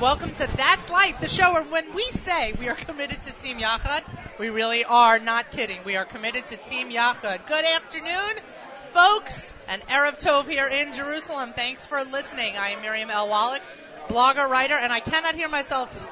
Welcome to That's Life, the show where when we say we are committed to Team Yachad, we really are not kidding. We are committed to Team Yachad. Good afternoon, folks, and Erev Tov here in Jerusalem. Thanks for listening. I am Miriam L. Wallach, blogger, writer, and I cannot hear myself.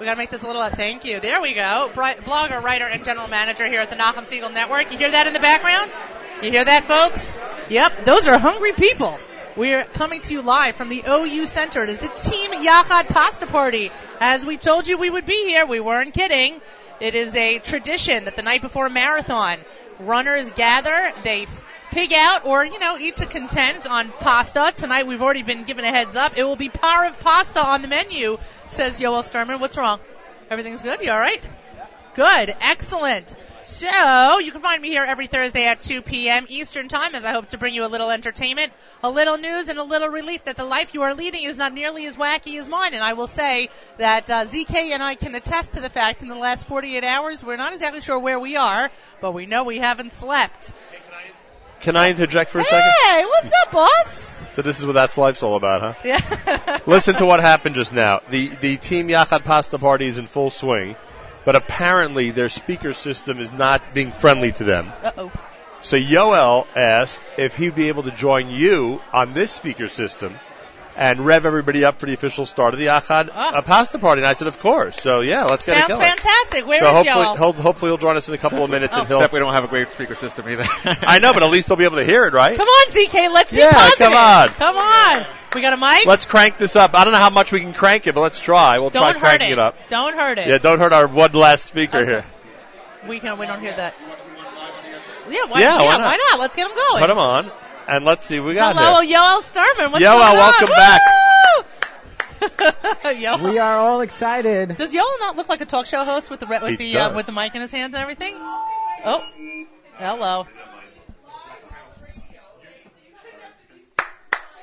We gotta make this a little. uh, Thank you. There we go. Bri- blogger, writer, and general manager here at the Nahum Siegel Network. You hear that in the background? You hear that, folks? Yep, those are hungry people. We're coming to you live from the OU Center. It is the Team Yachad Pasta Party. As we told you we would be here, we weren't kidding. It is a tradition that the night before a marathon, runners gather, they pig out or, you know, eat to content on pasta. Tonight we've already been given a heads up. It will be par of pasta on the menu, says Yoel Sturman. What's wrong? Everything's good? You alright? Good. Excellent. So, you can find me here every Thursday at 2 p.m. Eastern Time as I hope to bring you a little entertainment, a little news, and a little relief that the life you are leading is not nearly as wacky as mine. And I will say that uh, ZK and I can attest to the fact in the last 48 hours, we're not exactly sure where we are, but we know we haven't slept. Can I interject for a second? Hey, what's up, boss? So this is what that's life's all about, huh? Yeah. Listen to what happened just now. The the team Yachad pasta party is in full swing, but apparently their speaker system is not being friendly to them. Uh-oh. So Yoel asked if he'd be able to join you on this speaker system and rev everybody up for the official start of the Yachad Ah. uh, pasta party. And I said, of course. So yeah, let's get Sounds it going. fantastic. Where is Oh. So hopefully, y'all? he'll, hopefully he'll join us in a couple of minutes and he'll. Except we don't have a great speaker system either. I know, but at least they'll be able to hear it, right? Come on, ZK, let's be Yeah, positive. come on. Come on. We got a mic? Let's crank this up. I don't know how much we can crank it, but let's try. We'll Don't try hurt cranking it. it up. Don't hurt it. Yeah, don't hurt our one last speaker Okay. here. We can. We don't hear that. Yeah. Why, yeah. Yeah, why why, not? not? Let's get them going. Put him on, and let's see what we got Hello, here. Yoel Sturman. What's Yoel, going welcome back. back. Yoel. We are all excited. Does Yoel not look like a talk show host with the re- with He the uh, does. with the mic in his hands and everything? Oh, hello.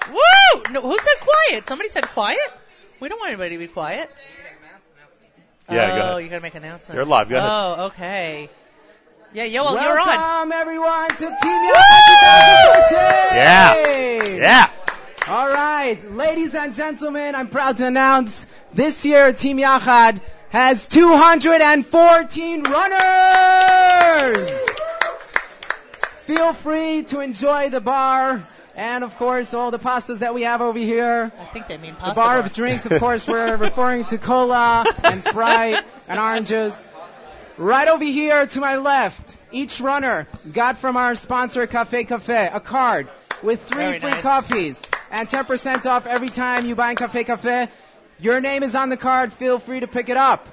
Woo! No, who said quiet? Somebody said quiet. We don't want anybody to be quiet. Yeah, oh, go ahead. you gotta make announcements. You're live, go ahead. Oh, okay. Yeah, Yoel, you're on. Welcome everyone to Team Yahoo! Yeah. All right, ladies and gentlemen, I'm proud to announce this year Team Yachad has 214 runners. Feel free to enjoy the bar and, of course, all the pastas that we have over here. I think they mean The pasta bar of drinks, of course, we're referring to cola and Sprite and oranges. Right over here to my left, each runner got from our sponsor Cafe Cafe a card with three Very free nice. coffees and 10% off every time you buy in Cafe Cafe. Your name is on the card. Feel free to pick it up.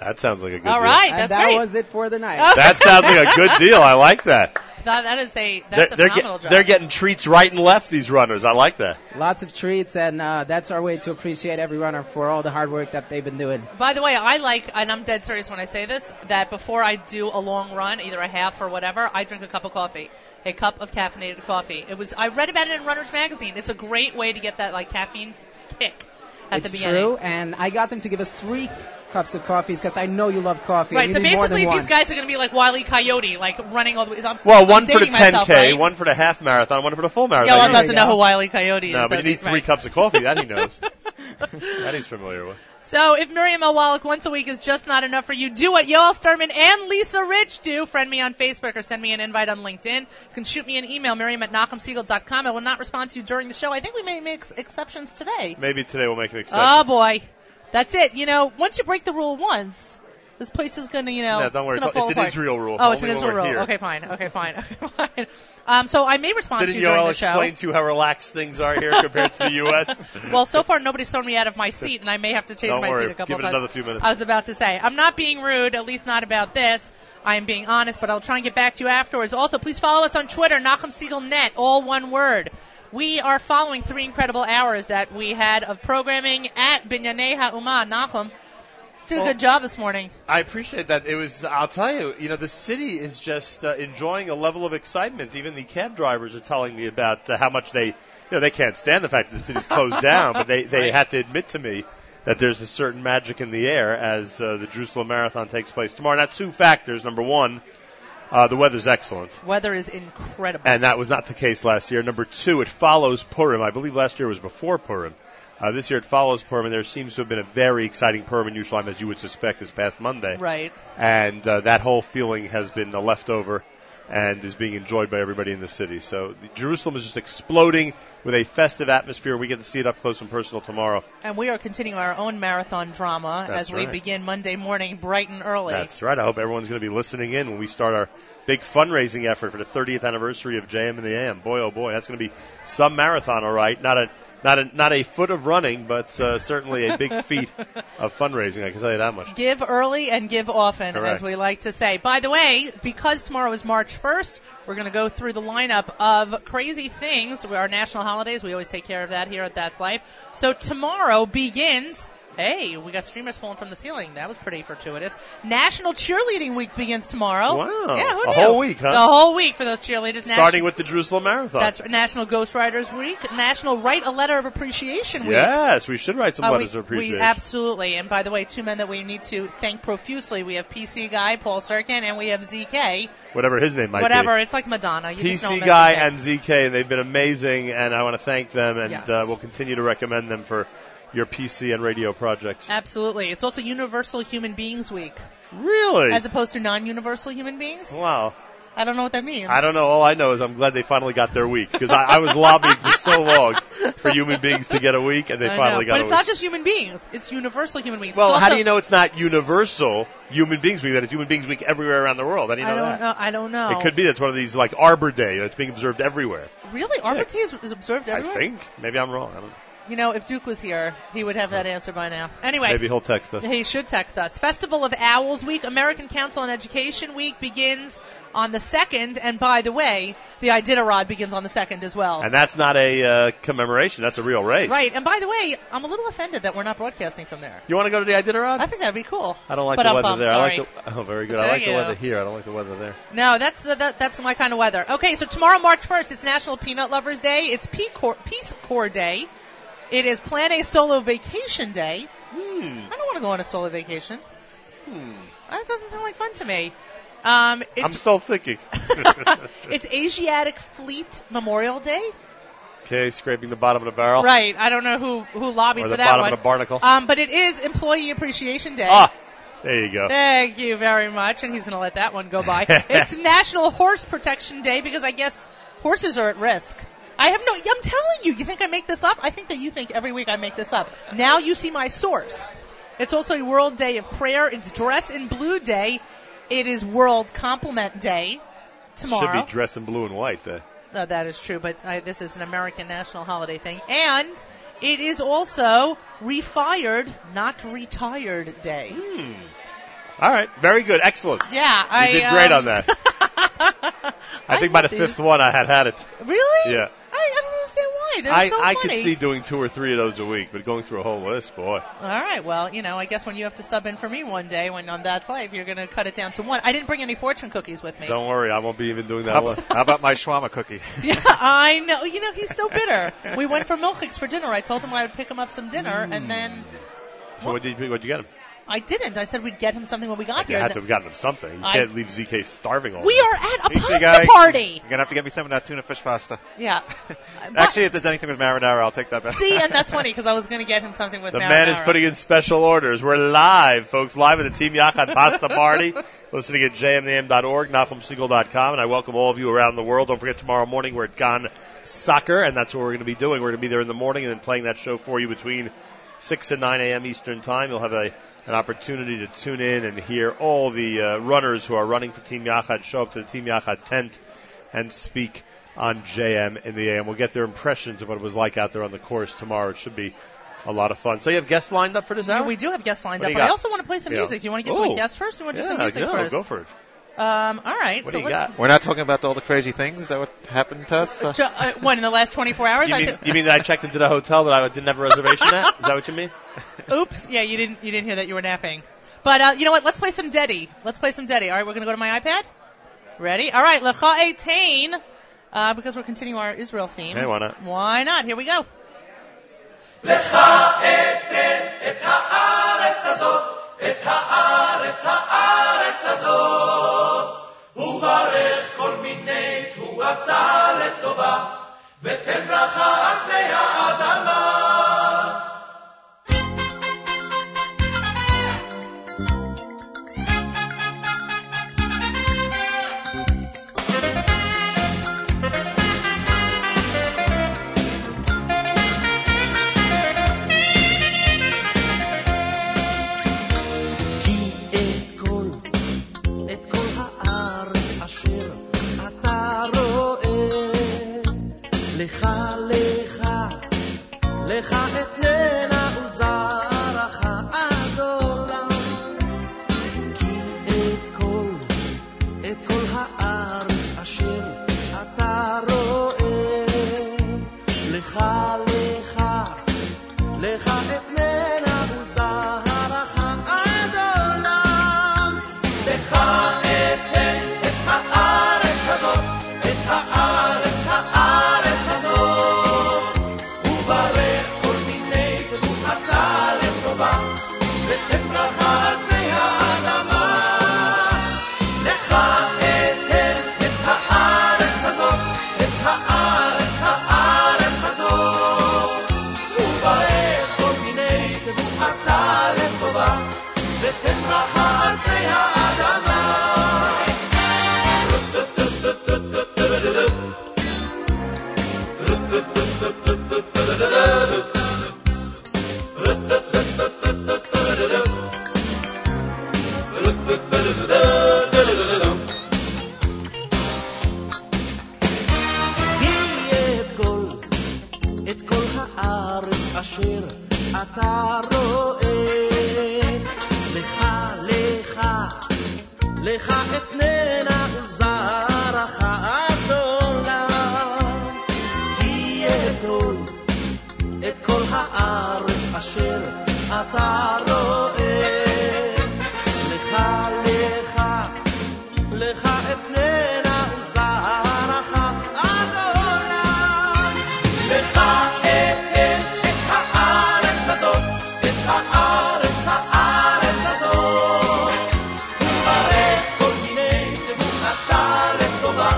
That sounds like a good All deal. right, and that's that great. was it for the night. Oh. That sounds like a good deal. I like that. That, that is a that's they're, a they're, phenomenal get- drive. they're getting treats right and left, these runners. I like that. Lots of treats, and uh, that's our way to appreciate every runner for all the hard work that they've been doing. By the way, I like, and I'm dead serious when I say this, that before I do a long run, either a half or whatever, I drink a cup of coffee, a cup of caffeinated coffee. It was I read about it in Runner's Magazine. It's a great way to get that like caffeine kick at it's the beginning. true, and I got them to give us three cups of coffee because I know you love coffee. and Right, you so need more than basically one. these guys are going to be like Wile E. Coyote, like running all the way. I'm, Well, I'm one for the dating 10K, myself, right? one for the half marathon, one for the full marathon. Yo, You- one doesn't There you know go. who Wile E. Coyote no, is. but you need does he? three Right. cups of coffee. That he knows. that he's familiar with. So if Miriam O'Wallach once a week is just not enough for you, do what Yoel Sturman and Lisa Rich do. Friend me on Facebook or send me an invite on LinkedIn. You can shoot me an email, miriam at com. I will not respond to you during the show. I think we may make exceptions today. Maybe today we'll make an exception. Oh boy. That's it. You know, once you break the rule once, this place is gonna, you know, No, don't worry. it's gonna It's fall an apart. Israel rule. Oh, it's an Only when Israel we're rule. here. Okay, fine. Okay, fine. Okay, fine. Um, so I may respond Didn't to you during Yoel the show. explain to you how relaxed things are here compared to the U.S.? Well, so far nobody's thrown me out of my seat, and I may have to change Don't my worry. seat a couple Give it times. another few minutes. I was about to say, I'm not being rude, at least not about this. I am being honest, but I'll try and get back to you afterwards. Also, please follow us on Twitter, Nahum Siegel Net, all one word. We are following three incredible hours that we had of programming at Binyanei Ha'uma. Nahum did a good job this morning. I appreciate that. It was, I'll tell you, you know, the city is just uh, enjoying a level of excitement. Even the cab drivers are telling me about uh, how much they, you know, they can't stand the fact that the city's closed down, but they, they had to admit to me that there's a certain magic in the air as uh, the Jerusalem Marathon takes place tomorrow. Now, two factors. Number one, uh, the weather's excellent. Weather is incredible. And that was not the case last year. Number two, it follows Purim. I believe last year was before Purim. Uh, this year it follows Perman. There seems to have been a very exciting Perman Uschelheim, as you would suspect, this past Monday. Right. And uh, that whole feeling has been uh, left over and is being enjoyed by everybody in the city. So the- Jerusalem is just exploding with a festive atmosphere. We get to see it up close and personal tomorrow. And we are continuing our own marathon drama That's as we right. begin Monday morning bright and early. That's right. I hope everyone's going to be listening in when we start our big fundraising effort for the 30th anniversary of JM and the AM. Boy, oh boy, that's going to be some marathon, all right. Not a not a not a foot of running, but uh, certainly a big feat of fundraising. I can tell you that much. Give early and give often, Correct. as we like to say. By the way, because tomorrow is March 1st, we're going to go through the lineup of crazy things. We are national holidays. We always take care of that here at That's Life. So tomorrow begins. Hey, we got streamers falling from the ceiling. That was pretty fortuitous. National Cheerleading Week begins tomorrow. Wow. Yeah, who A knew? whole week, huh? The whole week for those cheerleaders. Starting with the Jerusalem Marathon. That's National Ghostwriters Week, National Write a Letter of Appreciation Week. yes, we should write some Uh, letters we, of appreciation. we absolutely. And by the way, two men that we need to thank profusely. We have PC guy Paul Serkin, and we have ZK. whatever his name might Whatever. be. It's like Madonna. You just know him PC as Guy ZK. and ZK, they've been amazing, and I want to thank them, and Yes. uh, we'll continue to recommend them for your PC and radio projects. Absolutely. It's also Universal Human Beings Week, Really? as opposed to non-universal human beings. wow. I don't know what that means. I don't know. All I know is I'm glad they finally got their week because I, I was lobbying for so long for human beings to get a week, and they I finally know. got But a it's week. not just human beings. It's universal human beings. well, It's how also- do you know it's not universal Human Beings Week? That it's Human Beings Week everywhere around the world. How do you know I don't that? know. I don't know. It could be that's one of these like Arbor Day that's being observed everywhere. really Arbor Day is, is observed everywhere. I think. Maybe I'm wrong. I don't, You know, if Duke was here, he would have that answer by now. Anyway, maybe he'll text us. He should text us. Festival of Owls Week, American Council on Education Week begins on the 2nd, and by the way, the Iditarod begins on the 2nd as well. And that's not a uh, commemoration. That's a real race. right, and by the way, I'm a little offended that we're not broadcasting from there. You want to go to the Iditarod? I think that'd be cool. I don't like but the I'm weather bummed, there. Sorry. I like the oh, very good. I There like the you weather go. here. I don't like the weather there. No, that's uh, that, that's my kind of weather. Okay, so tomorrow, March 1st, it's National Peanut Lovers Day. It's Peace Corps, Peace Corps Day. It is Plan A Solo Vacation Day. Hmm. I don't want to go on a solo vacation. That doesn't sound like fun to me. Um, Hmm. it's I'm still thinking. it's Asiatic Fleet Memorial Day. okay, scraping the bottom of the barrel Right. I don't know who who lobbied or for the that bottom one. of the barnacle. um, but it is Employee Appreciation Day. ah, there you go. Thank you very much. And he's going to let that one go by. it's National Horse Protection Day because I guess horses are at risk. I have no. I'm telling you. You think I make this up? I think that you think every week I make this up. Now you see my source. It's also a World Day of Prayer. It's Dress in Blue Day. It is World Compliment Day tomorrow. Should be dressed in blue and white. There. No, that is true, but I, this is an American national holiday thing. And it is also refired, not retired day. All right, very good, excellent. Hmm. You Yeah, I did great um, on that. I think by the love these. fifth one I had had it. Really? Yeah. I, I don't understand why. They're I, so I could funny. see doing two or three of those a week, but going through a whole list, boy. All right. Well, you know, I guess when you have to sub in for me one day when on That's Life, you're going to cut it down to one. I didn't bring any fortune cookies with me. Don't worry, I won't be even doing that How, one. about- how about my shawarma cookie? Yeah, I know. You know, he's so bitter. we went for milkshakes for dinner. I told him I would pick him up some dinner, and then So what did you what you get him? I didn't. I said we'd get him something when we got You here. had to have gotten him something. You I- can't leave ZK starving all. we day. are at a You see, pasta guy, party. You're gonna have to get me some of that tuna fish pasta. Yeah. Actually, if there's anything with marinara, I'll take that back. But- see, and that's funny because I was going to get him something with The marinara. man is putting in special orders. We're live, folks, live at the Team Yachat Pasta Party. Listening at jmnam.org, nahumsingle.com, and I welcome all of you around the world. Don't forget tomorrow morning we're at Gone Soccer, and that's what we're going to be doing. We're going to be there in the morning and then playing that show for you between 6 and 9 a.m. Eastern Time. You'll have a an opportunity to tune in and hear all the uh, runners who are running for Team Yachat show up to the Team Yachat tent and speak on JM in the AM. We'll get their impressions of what it was like out there on the course tomorrow. It should be a lot of fun. So you have guests lined up for this hour? Yeah, we do have guests lined What up. do you but I got? also want to play some Yeah. music. Do you want to get to a Ooh. guest first, or want to do some yeah, music go, first? go for it. Um, all right. What so do you let's. got? We're not talking about all the crazy things that would happen to us. Uh, So, uh, what in the last 24 hours? You I mean, think- you mean that I checked into the hotel but I didn't have a reservation at? Is that what you mean? oops. Yeah, you didn't. You didn't hear that you were napping. But uh, you know what? Let's play some Deddy. Let's play some Deddy. All right, we're going to go to my iPad. Ready? All right, Lecha Etain, uh, because we're continuing our Israel theme. Hey, why not? Why not? Here we go. רואה. לך, לך, לך אתננה ולזרעך עד עולם. כי אדום את כל הארץ אשר אתה רואה. לך, לך, לך אתננה ולזרעך עד עולם. לך אתן את הארץ הזאת, את הארץ, הארץ הזאת. וברך כל מיני תבונתה לטובה,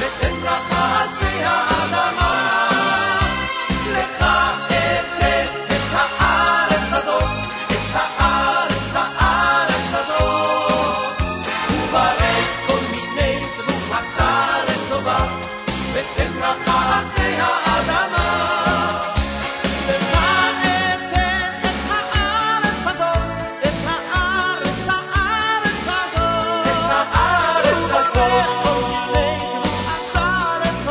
ותן ברכה על פי האדמה. לך אתן את הארץ הזאת, את הארץ, הארץ הזאת. וברך כל מיני תבונתה לטובה, ותן ברכה על פני האדמה. לך אתן את הארץ הזאת, את הארץ, הארץ הזאת. את הארץ הזאת.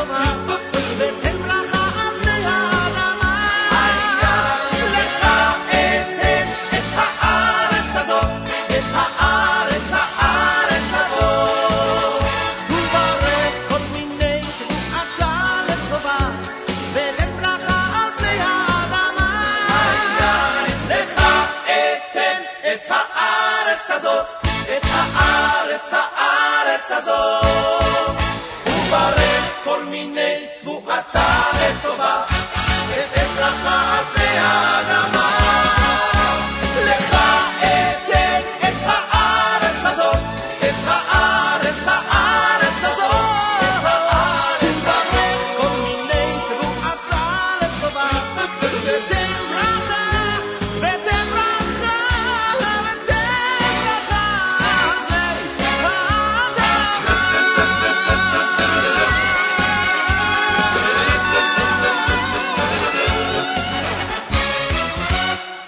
ותן ברכה על פני האדמה. לך אתן את הארץ הזאת, את הארץ, הארץ הזאת. וברך כל מיני תבואתה לטובה, ותן ברכה על פני האדמה. לך אתן את הארץ הזאת, את הארץ, הארץ הזאת. וברך כל מיני תבואתה לטובה, ותן ברכה על פני האדמה. לך אתן את הארץ הזאת, את הארץ, הארץ הזאת, את הארץ, ברך כל מיני תבואתה לטובה, ותן ברכה, ותן ברכה, ותן ברכה על פני האדמה.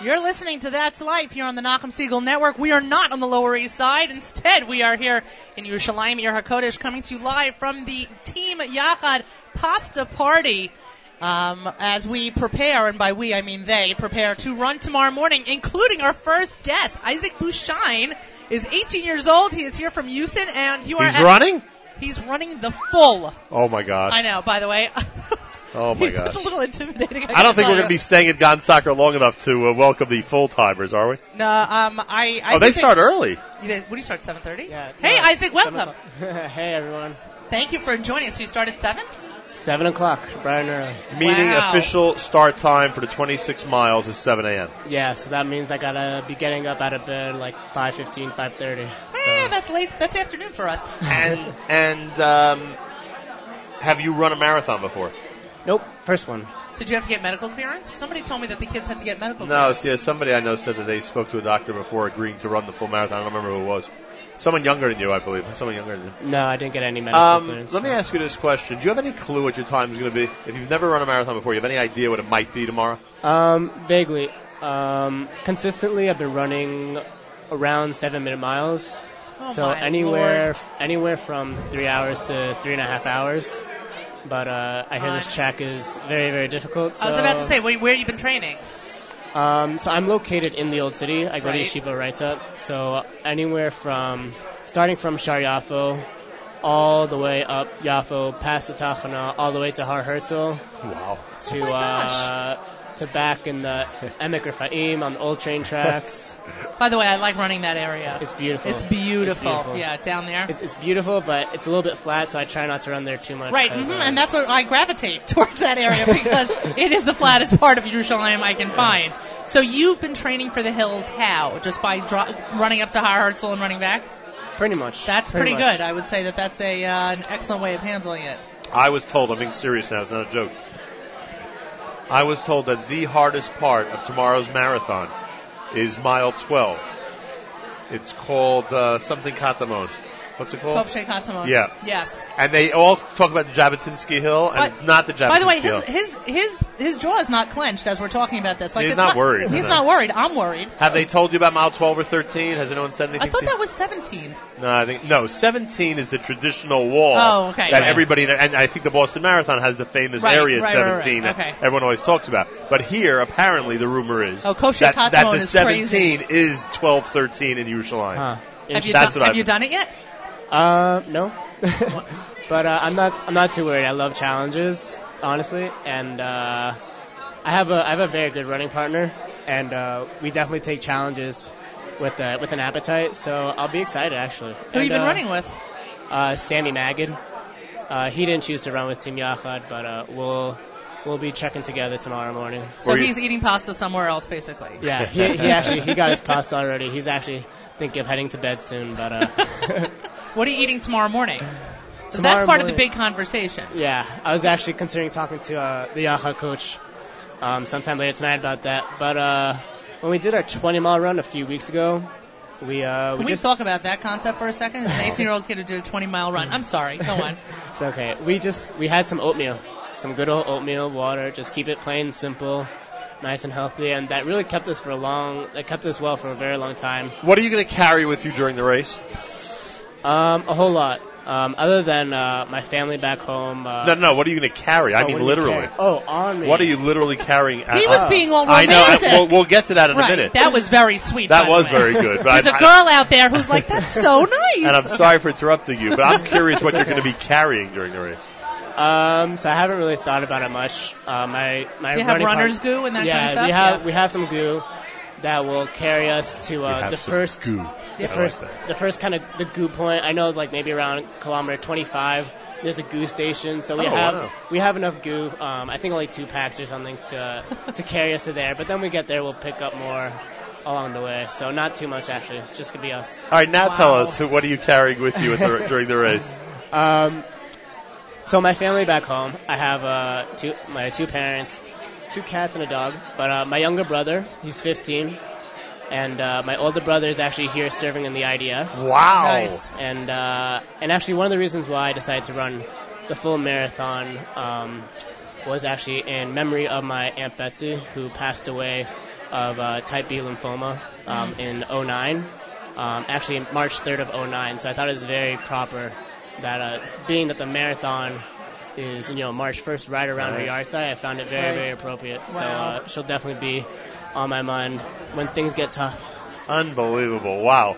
You're listening to That's Life here on the Nachum Siegel Network. We are not on the Lower East Side. Instead, we are here in Yerushalayim, Ir HaKodesh, coming to you live from the Team Yachad Pasta Party. Um, as we prepare, and by we I mean they, prepare to run tomorrow morning, including our first guest, Isaac Bushine, is 18 years old. He is here from Houston, and you are He's at- running? He's running the full. Oh my gosh. I know, by the way. Oh my It's gosh. a little intimidating. I don't think we're gotta going to be staying at Gon Soccer long enough to uh, welcome the full timers, are we? No, um, I. I oh, they think start early. They, what do you start? Seven thirty. Yeah, Hey, no, Isaac, seven welcome. hey everyone. Thank you for joining us. You start at seven. Seven o'clock, bright and early. Meaning Wow. official start time for the 26 miles is 7 a.m. Yeah, so that means I gotta be getting up out of bed like 5:15, 5:30. Eh, that's late. That's afternoon for us. And and um, have you run a marathon before? Nope, first one. Did you have to get medical clearance? Somebody told me that the kids had to get medical No, clearance. yeah, somebody I know said that they spoke to a doctor before agreeing to run the full marathon. I don't remember who it was. Someone younger than you, I believe. Someone younger than you. No, I didn't get any medical Um, clearance. let me ask you this question. Do you have any clue what your time is going to be? If you've never run a marathon before, you have any idea what it might be tomorrow? Um, vaguely. Um, consistently, I've been running around seven-minute miles. Oh, so my anywhere, Lord. anywhere from three hours to three and a half hours. But uh, I hear this Fine. track is very, very difficult. So, I was about to say, where, where you been training? Um, so I'm located in the old city. I go Right. to Yeshiva Raita. So anywhere from starting from Shar Yafo, all the way up Yafo, past the Tachana, all the way to Har Herzl, Wow. to Oh my gosh. uh, to back in the Emek Rafaim on the old train tracks. By the way, I like running that area. It's beautiful. It's beautiful. It's beautiful. Yeah, down there. It's, it's beautiful, but it's a little bit flat, so I try not to run there too much. Right, 'cause, hmm uh, and that's where I gravitate towards that area because it is the flattest part of Yerushalayim I can find. So you've been training for the hills how? Just by dro- running up to Har Herzl and running back? pretty much. That's pretty, much. good. I would say that that's a uh, an excellent way of handling it. I was told, I'm being serious now, it's not a joke. I was told that the hardest part of tomorrow's marathon is mile 12. It's called uh, something Katamon. What's it Bob called? Sheikh Hatamon. Yeah. Yes. And they all talk about Jabotinsky Hill, and But- it's not the Jabotinsky By the way, Hill. his, his his his jaw is not clenched as we're talking about this. Like He's it's not worried, He's no. not worried. I'm worried. Have they told you about mile 12 or 13? Has anyone said anything? I thought to you? that was 17. No, I think no. Seventeen is the traditional wall Oh, okay. that Right. everybody and I think the Boston Marathon has the famous Right, area at right, right, right. seventeen that Okay. everyone always talks about. But here, apparently, the rumor is Oh, Kosher that, that Katzon the is seventeen is 12, 13 in Yerushalayim. Huh. Have you, Interesting. done, That's what I have you think. done it yet? Uh, no. but uh, I'm not. I'm not too worried. I love challenges, honestly, and uh, I have a I have a very good running partner, and uh, we definitely take challenges with uh, with an appetite. So I'll be excited actually. Who And, you been uh, running with? Uh, Sammy Maggid. Uh, he didn't choose to run with Team Yachad, but uh, we'll we'll be checking together tomorrow morning. So were you- he's eating pasta somewhere else, basically. Yeah, he, he actually he got his pasta already. He's actually thinking of heading to bed soon, but uh, What are you eating tomorrow morning? So that's Tomorrow part of the morning- big conversation. Yeah, I was actually considering talking to uh, the Yaha coach um, sometime later tonight about that. But uh, when we did our 20 mile run a few weeks ago, we uh, we Can we just talk about that concept for a second? It's an 18 year old kid who did a 20 mile run. I'm sorry. Go on. it's okay. We just we had some oatmeal, some good old oatmeal, water. Just keep it plain and simple, nice and healthy, and that really kept us for a long. That kept us well for a very long time. What are you going to carry with you during the race? Um, a whole lot. Um, other than uh, my family back home. Uh, No, no. no, What are you going to carry? I oh, mean, what do you literally. carry? Oh, on me. What are you literally carrying? He was Oh. being all I know. I, romantic. we'll, we'll get to that in right. a minute. That was very sweet. That by the was way. very good. But There's I, a girl out there who's like, that's so nice. I, and I'm sorry for interrupting you, but I'm curious what you're going to be carrying during the race. Um, so I haven't really thought about it much. Uh, my my Do you have running runner's partner- goo and that yeah, kind of stuff? we have Yeah. we have some goo that will carry us to You uh, have the some first goo. I the like first that. the first kind of the goo point. I know like maybe around kilometer 25 there's a goo station, so we Oh, have wow. we have enough goo. Um, I think only two packs or something to to carry us to there. But then we get there, we'll pick up more along the way. So not too much actually. It's just gonna be us. All right, now Wow. tell us who- what are you carrying with you at the, during the race? Um, so my family back home, I have uh, two, my two parents, two cats and a dog. But uh, my younger brother, he's 15, and uh, my older brother is actually here serving in the IDF. Wow. Nice. And uh, and actually one of the reasons why I decided to run the full marathon um, was actually in memory of my aunt Betsy who passed away of uh, type B lymphoma um, Mm-hmm. in 09. Um, actually March 3rd of 09. So I thought it was very proper that uh, being that the marathon is you know March 1st right around her yard site, I found it very very appropriate. So Wow. uh, she'll definitely be on my mind when things get tough. Unbelievable. Wow.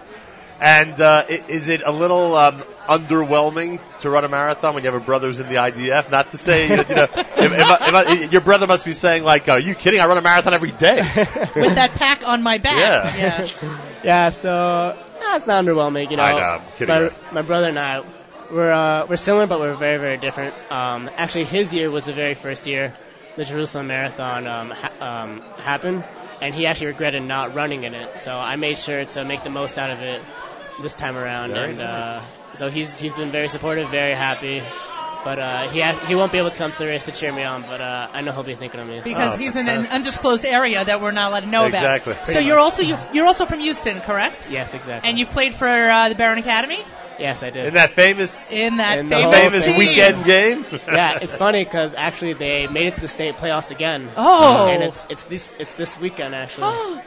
And uh, i- is it a little um, underwhelming to run a marathon when you have a brother who's in the IDF? Not to say, you know, if, if I, if I, your brother must be saying, like, are you kidding? I run a marathon every day. With that pack on my back. Yeah. Yeah, so that's not underwhelming, you know. I know, I'm kidding, My, right? my brother and I, we're uh, we're similar, but we're very very different. Um, actually, his year was the very first year the Jerusalem Marathon um, ha- um, happened, and he actually regretted not running in it. So I made sure to make the most out of it this time around, Very and uh, so he's he's been very supportive, very happy. But uh, he ha- he won't be able to come to the race to cheer me on, but uh, I know he'll be thinking of me. so- Because Oh, he's in an fantastic. undisclosed area that we're not allowed to know Exactly. about. So Pretty you're also you you're also from Houston, correct? yes, exactly. And you played for uh, the Barron Academy yes, I did. In that famous, in that In the famous, whole famous team. weekend game? yeah, it's funny 'cause actually they made it to the state playoffs again. Oh. And it's it's this it's this weekend actually. Oh,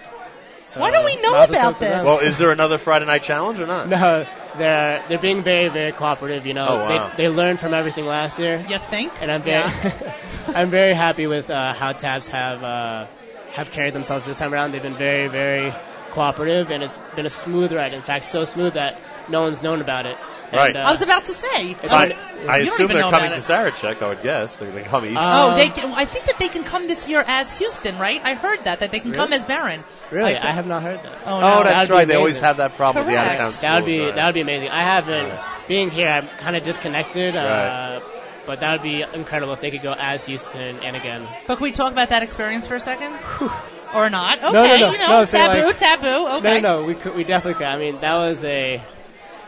So why don't we know might as well about talk Uh, to them. this? well, is there another Friday night challenge or not? no, they're they're being very very cooperative. You know, Oh, wow. they they learned from everything last year, you think? and I'm very Yeah. I'm very happy with uh, how Tabs have uh, have carried themselves this time around. They've been very very cooperative, and it's been a smooth ride. In fact, so smooth that no one's known about it. Right. And, uh, I was about to say. it's I, been- I You don't assume even they're know coming about to it. Sarachek, I would guess. They're going to come east. Uh, Oh, they Um, can, I think that they can come this year as Houston, right? I heard that that they can come as Barron. really, Like- I have not heard that. Oh, oh, no. that's that'd be right. They always amazing. have that problem with the Correct. out-of-town That would be schools, right. that would be amazing. I haven't being here. I'm kind of disconnected, Right. uh, but that would be incredible if they could go as Houston and again. But can we talk about that experience for a second? Or not? Okay, no, no. you know, No, so, taboo, like- taboo. Oh, No, Okay. no, no, we could, we definitely could. I mean, that was a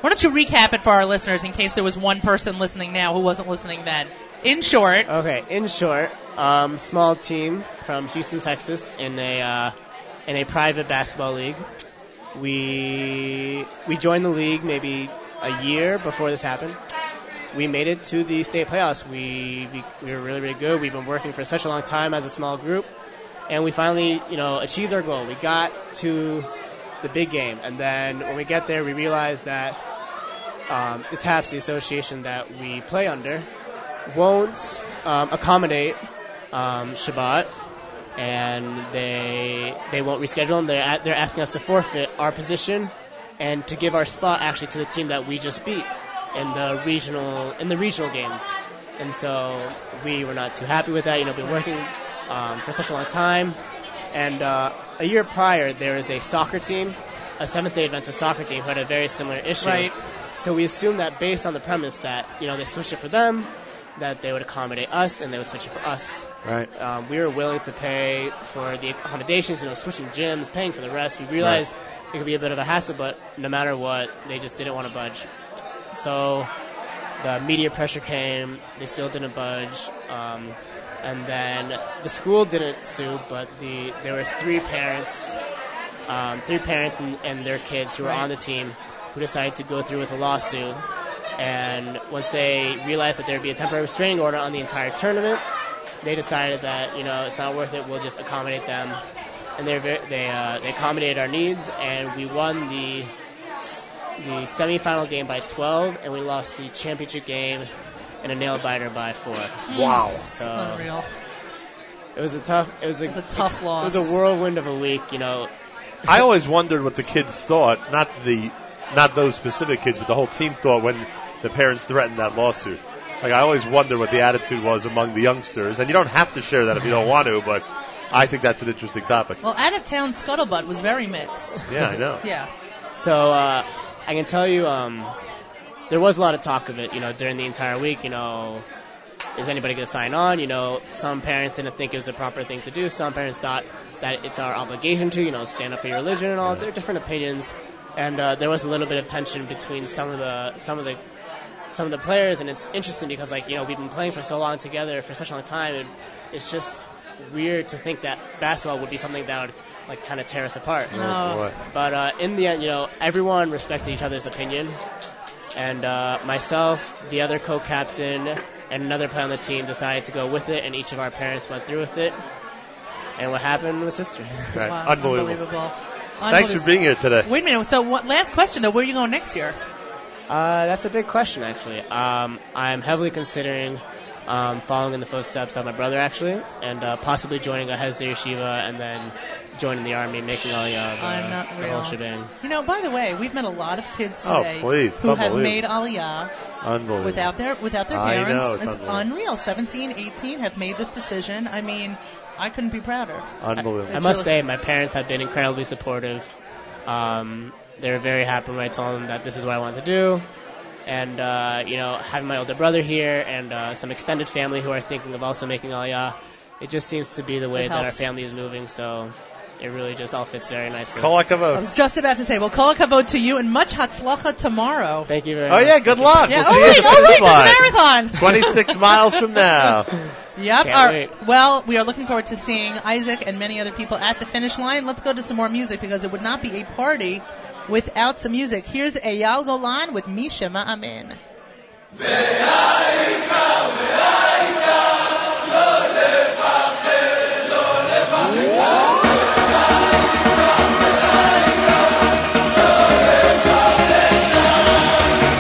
Why don't you recap it for our listeners in case there was one person listening now who wasn't listening then? In short, okay. In short, um, small team from Houston, Texas, in a uh, in a private basketball league. We we joined the league maybe a year before this happened, we made it to the state playoffs. We we, we were really really good. We've been working for such a long time as a small group, and we finally you know achieved our goal. We got to the big game, and then when we get there, we realized that um, the TAPS, the association that we play under, won't um, accommodate um, Shabbat, and they they won't reschedule. And they're at, they're asking us to forfeit our position and to give our spot actually to the team that we just beat in the regional in the regional games. And so we were not too happy with that. You know, been working um, for such a long time. And uh, a year prior, there was a soccer team, a Seventh Day Adventist soccer team, who had a very similar issue. Right. So we assumed that based on the premise that you know they switched it for them, that they would accommodate us and they would switch it for us. Right. Um, we were willing to pay for the accommodations, you know, switching gyms, paying for the rest. We realized it could be a bit of a hassle, but no matter what, they just didn't want to budge. So the media pressure came, they still didn't budge. Um, and then the school didn't sue, but the there were three parents, um, three parents and, and their kids who were on the team who decided to go through with a lawsuit. And once they realized that there would be a temporary restraining order on the entire tournament, they decided that you know it's not worth it. We'll just accommodate them, and they they uh, they accommodated our needs, and we won the the semifinal game by 12, and we lost the championship game in a nail biter by four. Wow. So Unreal. it was a tough it was a, was a tough ex- loss. It was a whirlwind of a week, you know. I always wondered what the kids thought, not the not those specific kids, but the whole team thought when the parents threatened that lawsuit. Like I always wonder what the attitude was among the youngsters, and you don't have to share that if you don't want to, but I think that's an interesting topic. Well, out of town scuttlebutt was very mixed. Yeah, I know. Yeah. So uh, I can tell you, um, there was a lot of talk of it, you know, during the entire week. You know, is anybody going to sign on? You know, some parents didn't think it was the proper thing to do. Some parents thought that it's our obligation to, you know, stand up for your religion and all. There are different opinions, and uh, there was a little bit of tension between some of the some of the some of the players, and it's interesting because like you know we've been playing for so long together for such a long time, and it's just weird to think that basketball would be something that would like kind of tear us apart. Oh, boy. But uh, in the end, you know, everyone respected each other's opinion. And uh, myself, the other co captain, and another player on the team decided to go with it, and each of our parents went through with it. And what happened was history. Right. Wow, Unbelievable. unbelievable. Thanks for being here today. Wait a minute. So, what, last question though. Where are you going next year? Uh, that's a big question, actually. Um, I'm heavily considering um, following in the footsteps of my brother, actually, and uh, possibly joining a Hesder Yeshiva and then joining the army, making all the, uh, the, the Unreal. whole shebang. You know, by the way, we've met a lot of kids Oh, today please, it's who have made unbelievable. Aliyah Unbelievable. without their without their I know, parents. it's unreal. unreal. Seventeen, eighteen 17, 18 have made this decision. I mean, I couldn't be prouder. Unbelievable. I must say, my parents have been incredibly supportive. Um, they were very happy when I told them that this is what I want to do. And, uh, you know, having my older brother here and uh, some extended family who are thinking of also making Aliyah, it just seems to be the way It that our helps. family is moving. So it really just all fits very nicely. Call like a I vote. was just about to say, well, kol hakavod to you and much hatzlacha tomorrow. Thank you very Oh much. yeah, good luck. Yeah. We'll Oh see wait, you at the oh wait, finish line. there's a marathon. 26 miles from now. Yep. Can't all wait. right. Well, we are looking forward to seeing Isaac and many other people at the finish line. Let's go to some more music because it would not be a party without some music. Here's Eyal Golan with Misha Ma'amin.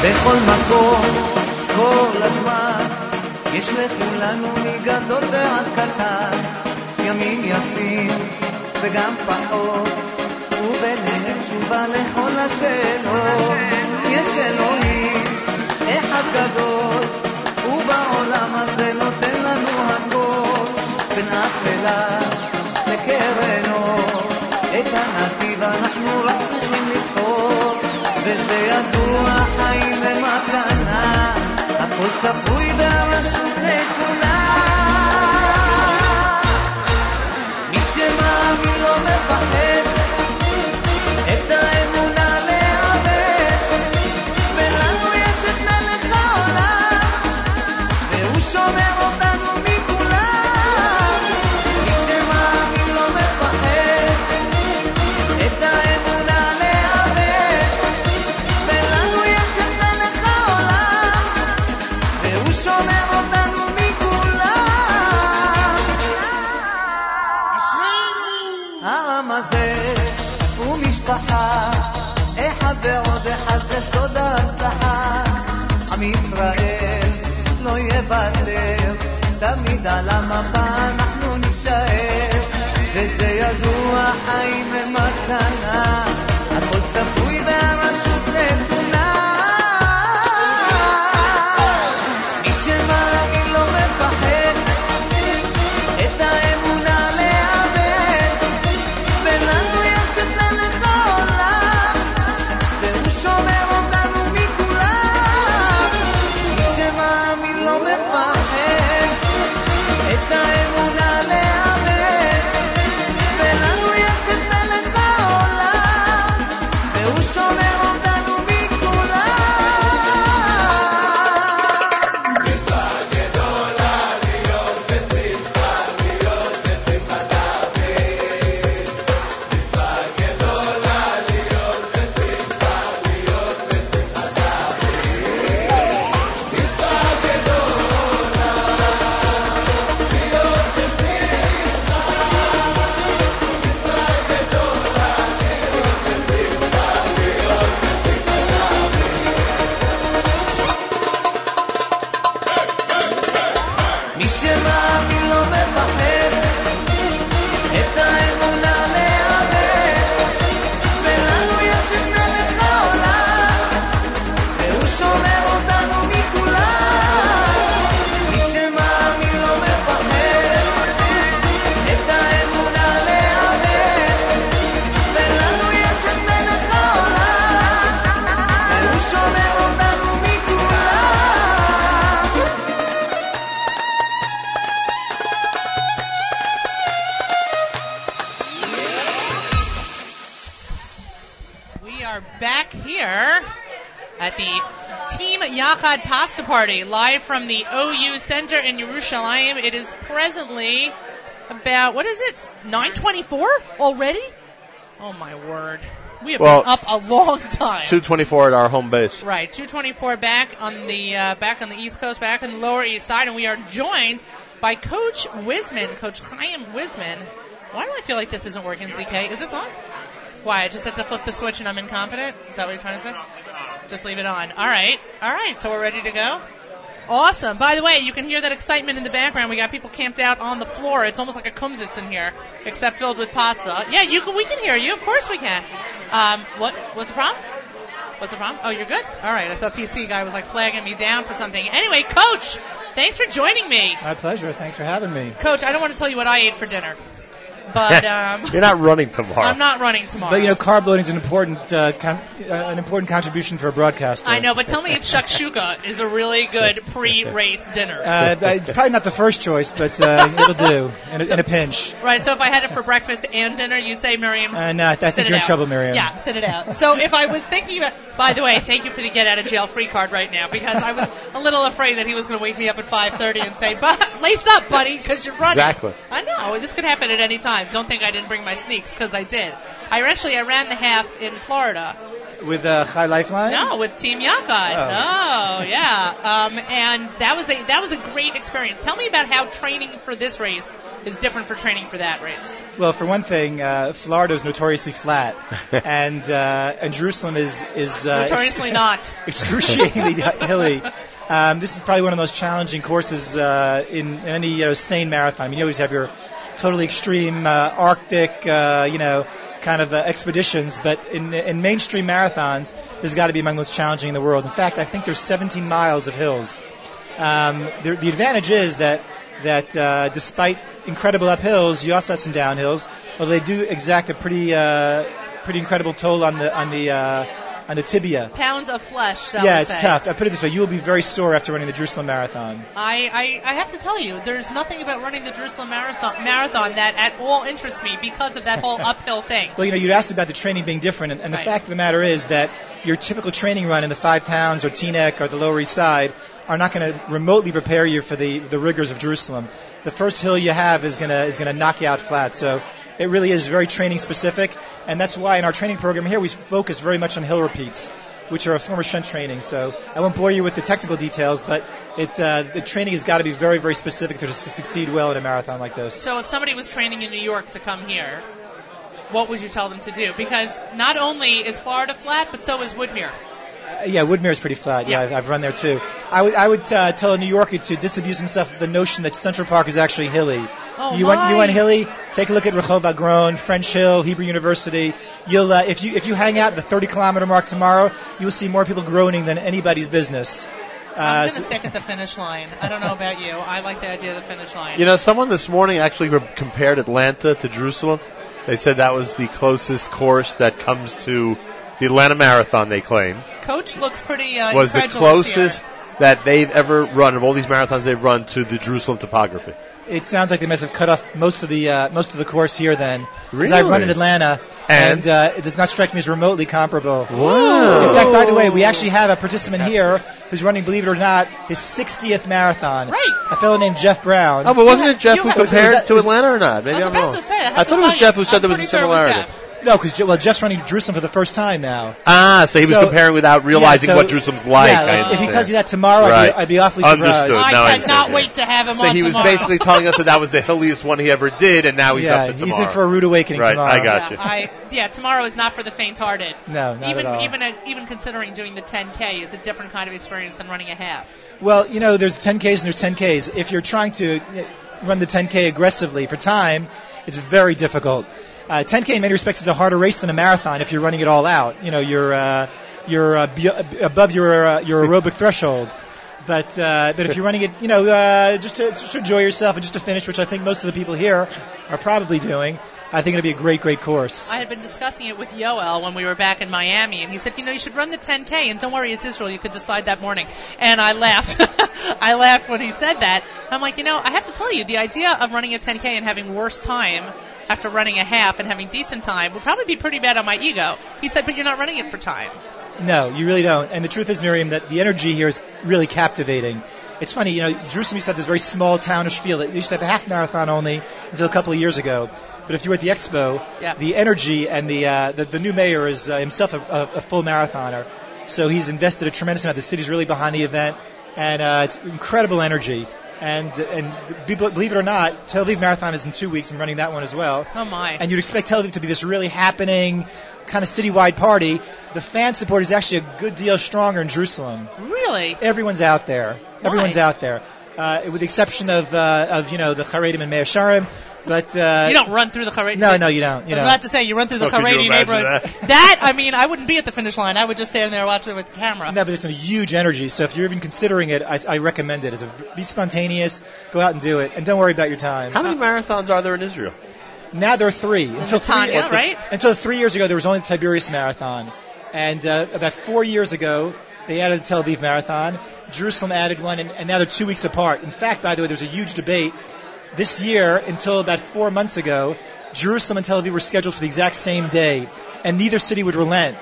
בכל מקום, כל הזמן, יש לכולנו מגדול ועד קטן, ימים יפים וגם פחות, וביניהם תשובה לכל השאלות. יש אלוהים, אחד גדול, ובעולם הזה נותן לנו הכל, בין אפלה לקרן אור, את הנתיב אנחנו רק צריכים לבחור, וזה ידוע, חיים הם מתנה, הכל צפוי והרשות נתונה. מי שמאמין לא מפחד, את האמונה לאבד, ולנו יש את מלך העולם, והוא שומר אותנו מכולם. מי שמאמין לא מפחד, את האמונה לאבד, ולנו יש את מלך eh, oh, תמיד על המפה אנחנו נישאר וזה יזרוע חיים הם מתנה הכל צפוי והרשות נתונה מי שמאמין לא מפחד את האמונה לאבד ולנו יש את מלך העולם והוא שומר אותנו מכולם מי שמאמין לא מפחד את האמונה לאבד ולנו יש את מלך העולם והוא שומר אותנו מכולם מי שמאמין לא מפחד את האמונה מאבד ולנו יש את מלך העולם והוא שומר אותנו מכולם מי שמאמין לא מפחד את האמונה מאבד ולנו יש את מלך העולם והוא שומר אותנו מכולם We are back here at the Team Yachad Pasta Party, live from the OU Center in Yerushalayim. It is presently about what is it? 9:24 already? Oh my word! We have Well, been up a long time. 224 at our home base. Right, 224 back on the uh, back on the East Coast, back in the Lower East Side, and we are joined by Coach Wisman, Coach Chaim Wisman. Why do I feel like this isn't working, ZK? Is this on? Why? I just have to flip the switch and I'm incompetent? Is that what you're trying to say? Just leave it on. All right, all right. So we're ready to go. Awesome. By the way, you can hear that excitement in the background. We got people camped out on the floor. It's almost like a kumsitz in here, except filled with pasta. Yeah, you can, we can hear you. Of course we can. Um, what? What's the problem? What's the problem? Oh, you're good? All right. I thought PC guy was like flagging me down for something. Anyway, coach, thanks for joining me. My pleasure. Thanks for having me. Coach, I don't want to tell you what I ate for dinner, but um, You're not running tomorrow. I'm not running tomorrow. But you know, carb loading is an important uh, con- uh, an important contribution for a broadcaster. I know, but tell me if shakshuka is a really good pre-race dinner. Uh, it's probably not the first choice, but uh, it'll do in a, in a pinch. Right, so if I had it for breakfast and dinner, you'd say, Miriam, Uh, no, I, th- I sit think it you're in out. trouble, Miriam. Yeah, sit it out. So if I was thinking about, by the way, thank you for the get out of jail free card right now because I was a little afraid that he was going to wake me up at 5:30 and say, "But lace up, buddy, because you're running." Exactly. I know this could happen at any time. Don't think I didn't bring my sneaks because I did. I actually I ran the half in Florida. With uh, High Lifeline. No, with Team Yakon. Oh, yeah. Um, and that was a that was a great experience. Tell me about how training for this race is different for training for that race. Well, for one thing, uh, Florida is notoriously flat, and uh, and Jerusalem is is uh, ex- Notoriously not. excruciatingly hilly. Um, this is probably one of the most challenging courses uh, in, in any you know, sane marathon. I mean, you always have your totally extreme uh, Arctic, uh, you know, kind of uh, expeditions, but in, in mainstream marathons, this has got to be among the most challenging in the world. In fact, I think there's 17 miles of hills. Um, the, the advantage is that that uh, despite incredible uphills, you also have some downhills. Although they do exact a pretty uh, pretty incredible toll on the on the uh, on the tibia. Pounds of flesh. shall Yeah, we it's say. tough. I put it this way: you will be very sore after running the Jerusalem Marathon. I, I, I have to tell you, there's nothing about running the Jerusalem marathon, marathon that at all interests me because of that whole uphill thing. Well, you know, you'd asked about the training being different, and, and the Right. fact of the matter is that your typical training run in the Five Towns or Teaneck or the Lower East Side are not going to remotely prepare you for the, the rigors of Jerusalem. The first hill you have is going to is going to knock you out flat. So it really is very training specific, and that's why in our training program here we focus very much on hill repeats, which are a form of shunt training. So I won't bore you with the technical details, but it uh, the training has got to be very very specific to, to succeed well in a marathon like this. So if somebody was training in New York to come here, what would you tell them to do? Because not only is Florida flat, but so is Woodmere. Uh, yeah, Woodmere's pretty flat. Yeah, Yeah. I've, I've run there too. I would I would uh, tell a New Yorker to disabuse himself of the notion that Central Park is actually hilly. Oh, you want my. you want hilly? Take a look at Rehovot Agron, French Hill, Hebrew University. You'll uh, if you if you hang out at the 30 kilometer mark tomorrow, you will see more people groaning than anybody's business. I'm Uh, gonna so- stick at the finish line. I don't know about you. I like the idea of the finish line. You know, someone this morning actually re- compared Atlanta to Jerusalem. They said that was the closest course that comes to the Atlanta Marathon. They claimed Coach looks pretty uh, was the incredulous here. closest that they've ever run of all these marathons they've run to the Jerusalem topography. it sounds like they must have cut off most of the uh, most of the course here. Then, because I've run Really? in Atlanta, And? uh, it does not strike me as remotely comparable. In Wow. fact, by the way, we actually have a participant here who's running, believe it or not, his 60th marathon. Right. A fellow named Jeff Brown. Oh, but wasn't You it Jeff ha- who you ha- compared was that- to Atlanta or not? Maybe I was am about wrong. to say. I, have I to thought it tell was Jeff who you, said I'm there was a pretty sure it was similarity. Jeff. No, because well, Jeff's running Jerusalem for the first time now. Ah, so he was So- comparing without realizing Yeah, so- what Jerusalem's like. Yeah, I like, if he understand. tells you that tomorrow, I'd, Right. be, I'd be awfully surprised. Understood. Now I I understand, cannot yeah. wait to have him So on he was tomorrow. basically telling us that that was the hilliest one he ever did, and now he's yeah, up to tomorrow. he's in for a rude awakening right, tomorrow. I got yeah, you. I, yeah, tomorrow is not for the faint-hearted. No, not even at all. even a, even considering doing the 10k is a different kind of experience than running a half. Well, you know, there's 10Ks and there's 10Ks. If you're trying to uh, run the 10K aggressively for time, it's very difficult. Uh, 10K in many respects is a harder race than a marathon if you're running it all out. You know, you're, uh, you're uh, be- above your, uh, your aerobic threshold. But, uh, but if you're running it, you know, uh, just, to, just to enjoy yourself and just to finish, which I think most of the people here are probably doing, I think it'll be a great, great course. I had been discussing it with Yoel when we were back in Miami, and he said, you know, you should run the 10k, and don't worry, it's Israel. You could decide that morning. And I laughed. I laughed when he said that. I'm like, you know, I have to tell you, the idea of running a 10k and having worse time after running a half and having decent time would probably be pretty bad on my ego. He said, but you're not running it for time. No, you really don't. And the truth is, Miriam, that the energy here is really captivating. It's funny, you know, Jerusalem used to have this very small townish feel. It used to have a half marathon only until a couple of years ago. But if you were at the expo, Yeah. the energy and the, uh, the the new mayor is uh, himself a, a, a full marathoner, so he's invested a tremendous amount. The city's really behind the event, and uh, it's incredible energy. And and be, believe it or not, Tel Aviv Marathon is in two weeks. I'm running that one as well. Oh my. And you'd expect Tel Aviv to be this really happening, kind of citywide party. The fan support is actually a good deal stronger in Jerusalem. really? Everyone's out there. Everyone's out there, uh, with the exception of uh, of you know the Haredim and Meir Sharim. But uh, You don't run through the Haredi. No, no, you don't. You I was don't. about to say you run through the Oh, could you Haredi imagine neighborhoods. That? I mean, I wouldn't be at the finish line. I would just stand there watching it with the camera. No, but there's some huge energy. So if you're even considering it, I, I recommend it. It's a, be spontaneous, go out and do it, and don't worry about your time. How many Uh, marathons are there in Israel? Now there are three. Until three, Netanya, until- right? Until three years ago, there was only the Tiberias Marathon, and uh, about four years ago, they added the Tel Aviv Marathon. Jerusalem added one, and, and now they're two weeks apart. In fact, by the way, there's a huge debate. This year, until about four months ago, Jerusalem and Tel Aviv were scheduled for the exact same day, and neither city would relent.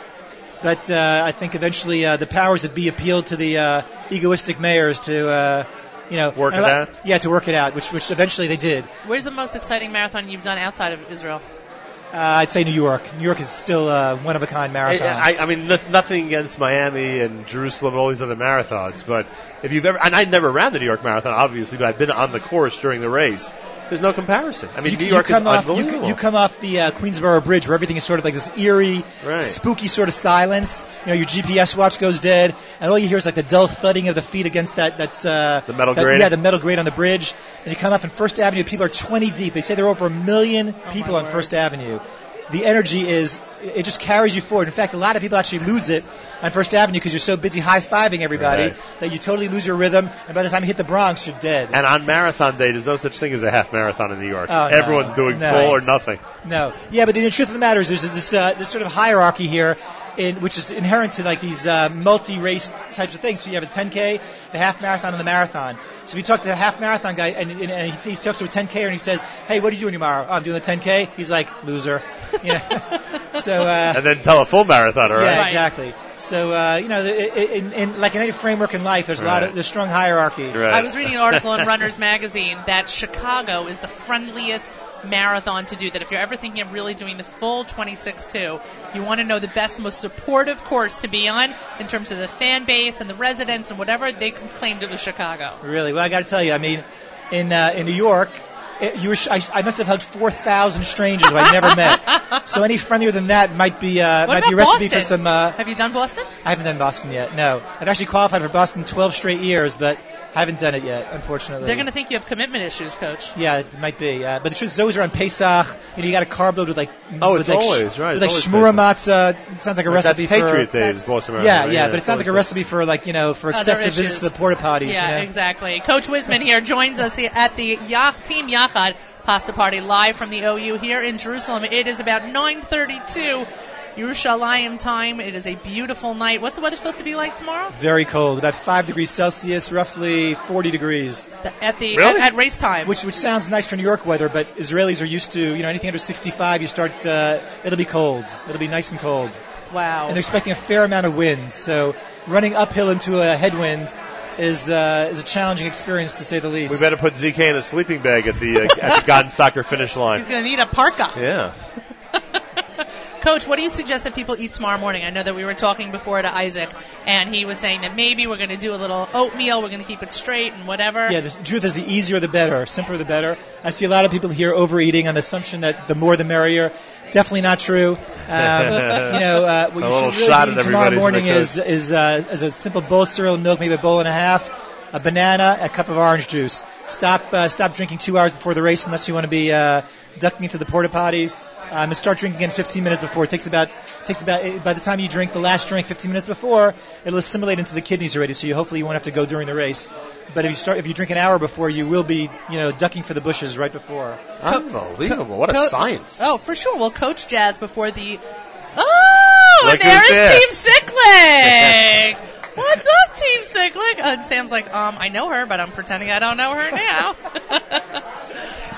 But uh, I think eventually uh, the powers that be appealed to the uh, egoistic mayors to, uh, you know, Work and it allo- out? Yeah, to work it out, which which eventually they did. Where's the most exciting marathon you've done outside of Israel? Uh, I'd say New York. New York is still uh, one of a kind I, marathon. I, I mean, no, nothing against Miami and Jerusalem and all these other marathons, but if you've ever, and I never ran the New York Marathon, obviously, but I've been on the course during the race. There's no comparison. I mean, New York come is off, you, unbelievable. you come off the uh, Queensboro Bridge where everything is sort of like this eerie, Right. spooky sort of silence. You know, your GPS watch goes dead, and all you hear is like the dull thudding of the feet against that that's uh, The metal that- grating. Yeah, the metal grate on the bridge. And you come off on First Avenue. People are 20 deep. They say there are over a million people on First Avenue. The energy is it just carries you forward. In fact, a lot of people actually lose it on First Avenue because you're so busy high-fiving everybody Right. that you totally lose your rhythm. And by the time you hit the Bronx, you're dead. and on marathon day, there's no such thing as a half marathon in New York. Oh, no. Everyone's doing No. full or nothing. No. Yeah, but the truth of the matter is there's this, uh, this sort of hierarchy here, in, which is inherent to like these uh, multi-race types of things. So you have a 10K, the half marathon, and the marathon. So if you talk to the half marathon guy and, and, and he, he talks to a 10K and he says, hey, what are you doing tomorrow? Oh, I'm doing the 10K. He's like, loser. You know? so, uh, And then tell a full marathoner, yeah, right? exactly. So, uh, you know, the- i- in, in, like in any framework in life, there's a lot Right. of, there's strong hierarchy. Right. I was reading an article in Runner's Magazine that Chicago is the friendliest marathon to do. That if you're ever thinking of really doing the full 26-2, you want to know the best, most supportive course to be on in terms of the fan base and the residents and whatever. They claimed it was Chicago. Really? Well, I got to tell you, I mean, in uh, in New York, it, you were, sh- I, I must have hugged 4,000 strangers who I never met. So any friendlier than that might be uh, What might be a about recipe Boston? for some. Uh, Have you done Boston? I haven't done Boston yet. No, I've actually qualified for Boston 12 straight years, but I haven't done it yet, unfortunately. They're going to think you have commitment issues, coach. Yeah, it might be. Uh, but the truth is, those are on Pesach. You know, you got a carboat with like Oh, with it's like, sh- always, right, With like it's shmura always matzah. Sounds like a That's recipe Patriot for. Day is Boston Yeah, Marathon, yeah, right? but it sounds like a recipe for like you know for Other excessive visits to issues. the porta potties. yeah, you know? exactly. Coach Wisman here joins us he- at the Yah- Team Yachad Pasta Party live from the OU here in Jerusalem. It is about 9:32 Yerushalayim time. It is a beautiful night. What's the weather supposed to be like tomorrow? Very cold, about five degrees Celsius, roughly 40 degrees, The- At the Really? at, at race time. which which sounds nice for New York weather, but Israelis are used to you know anything under 65, you start uh, it'll be cold, it'll be nice and cold, wow. and they're expecting a fair amount of wind, so running uphill into a headwind is uh, is a challenging experience to say the least. We better put ZK in a sleeping bag at the uh, at the Garden Soccer finish line. He's going to need a parka. Yeah. Coach, what do you suggest that people eat tomorrow morning? I know that we were talking before to Isaac, and he was saying that maybe we're going to do a little oatmeal, we're going to keep it straight and whatever. Yeah, the truth is the easier the better, simpler the better. I see a lot of people here overeating on the assumption that the more the merrier. Definitely not true. Um, you know, uh, what A you little should really shot be at eating tomorrow everybody's morning is because- is, uh, is a simple bowl of cereal and milk, maybe a bowl and a half, a banana, a cup of orange juice. Stop uh, stop drinking two hours before the race unless you want to be uh, ducking into the porta potties. Um, and start drinking again 15 minutes before. It takes about takes about by the time you drink the last drink 15 minutes before, it'll assimilate into the kidneys already. So you hopefully you won't have to go during the race. But if you start if you drink an hour before, you will be you know ducking for the bushes right before. Unbelievable. What a science. Oh, for sure. Well, Coach Jazz before the. Oh, Look and there who's is there. Team Sicklick. What's up, Team Sicklick? Uh, and Sam's like, um, I know her, but I'm pretending I don't know her now.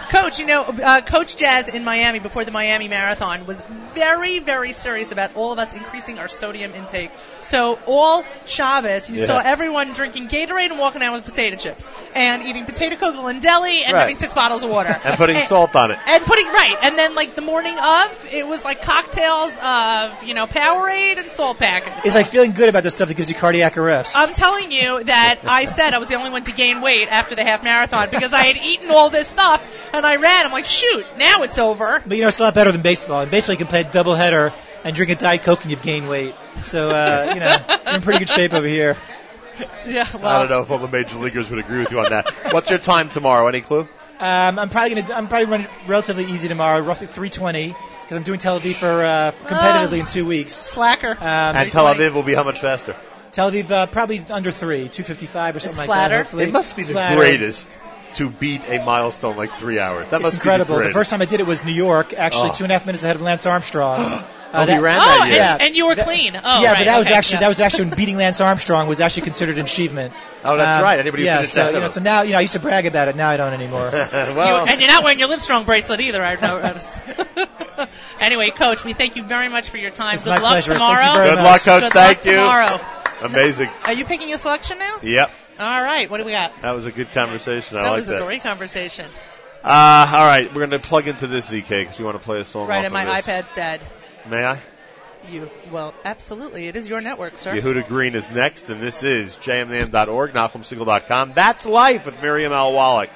Coach, you know, uh, Coach Jazz in Miami before the Miami Marathon was very, very serious about all of us increasing our sodium intake. So all Shabbos, you Yeah. saw everyone drinking Gatorade and walking out with potato chips and eating potato kugel in deli and Right. having six bottles of water And putting And- salt on it. and putting right, and then like the morning of, it was like cocktails of you know Powerade and salt packets. It's like feeling good about this stuff that gives you cardiac arrest. I'm telling you that I said I was the only one to gain weight after the half marathon because I had eaten all this stuff and I ran. I'm like, shoot, now it's over. But Oh, you know, it's a lot better than baseball. In baseball, you can play a doubleheader and drink a Diet Coke and you've gained weight. So, uh, you know, you're in pretty good shape over here. Yeah, I don't know if all the major leaguers would agree with you on that. What's your time tomorrow? Any clue? Um, I'm probably gonna, I'm probably running relatively easy tomorrow, roughly 320, because I'm doing Tel Aviv for, uh, competitively in two weeks. Ah, slacker. Um, And Tel Aviv will be how much faster? Tel Aviv, uh, probably under three, 255 or something It's like flatter. that. hopefully. It must be the Flatter. greatest to beat a milestone like three hours. That It's must incredible. be The first time I did it was New York, actually Oh. two and a half minutes ahead of Lance Armstrong. Uh, Oh, he that- ran oh, that and, year. yeah. and you were That- clean. Oh, yeah, right, but that was okay, actually yeah. that was actually when beating Lance Armstrong was actually considered an achievement. Oh, that's Um, right. Anybody who yeah, finished so, ahead you of know, him. so now you know I used to brag about it. Now I don't anymore. You- well, and you're not wearing your Livestrong bracelet either, I've noticed. anyway, Coach, we thank you very much for your time. It's Good my luck pleasure. Thank you tomorrow. very good luck, coach. Good Thank luck you. tomorrow. Amazing. Are you picking your selection now? Yep. All right. What do we got? That was a good conversation. I that like was that. a great conversation. Uh, all right, we're going to plug into this ZK because you want to play a song. right, off and my of this. iPad's dead. May I? You well, absolutely. It is your network, sir. Yehuda Green is next, and this is jmnam.org, NahumSingle.com. That's life with Miriam Al Wallach.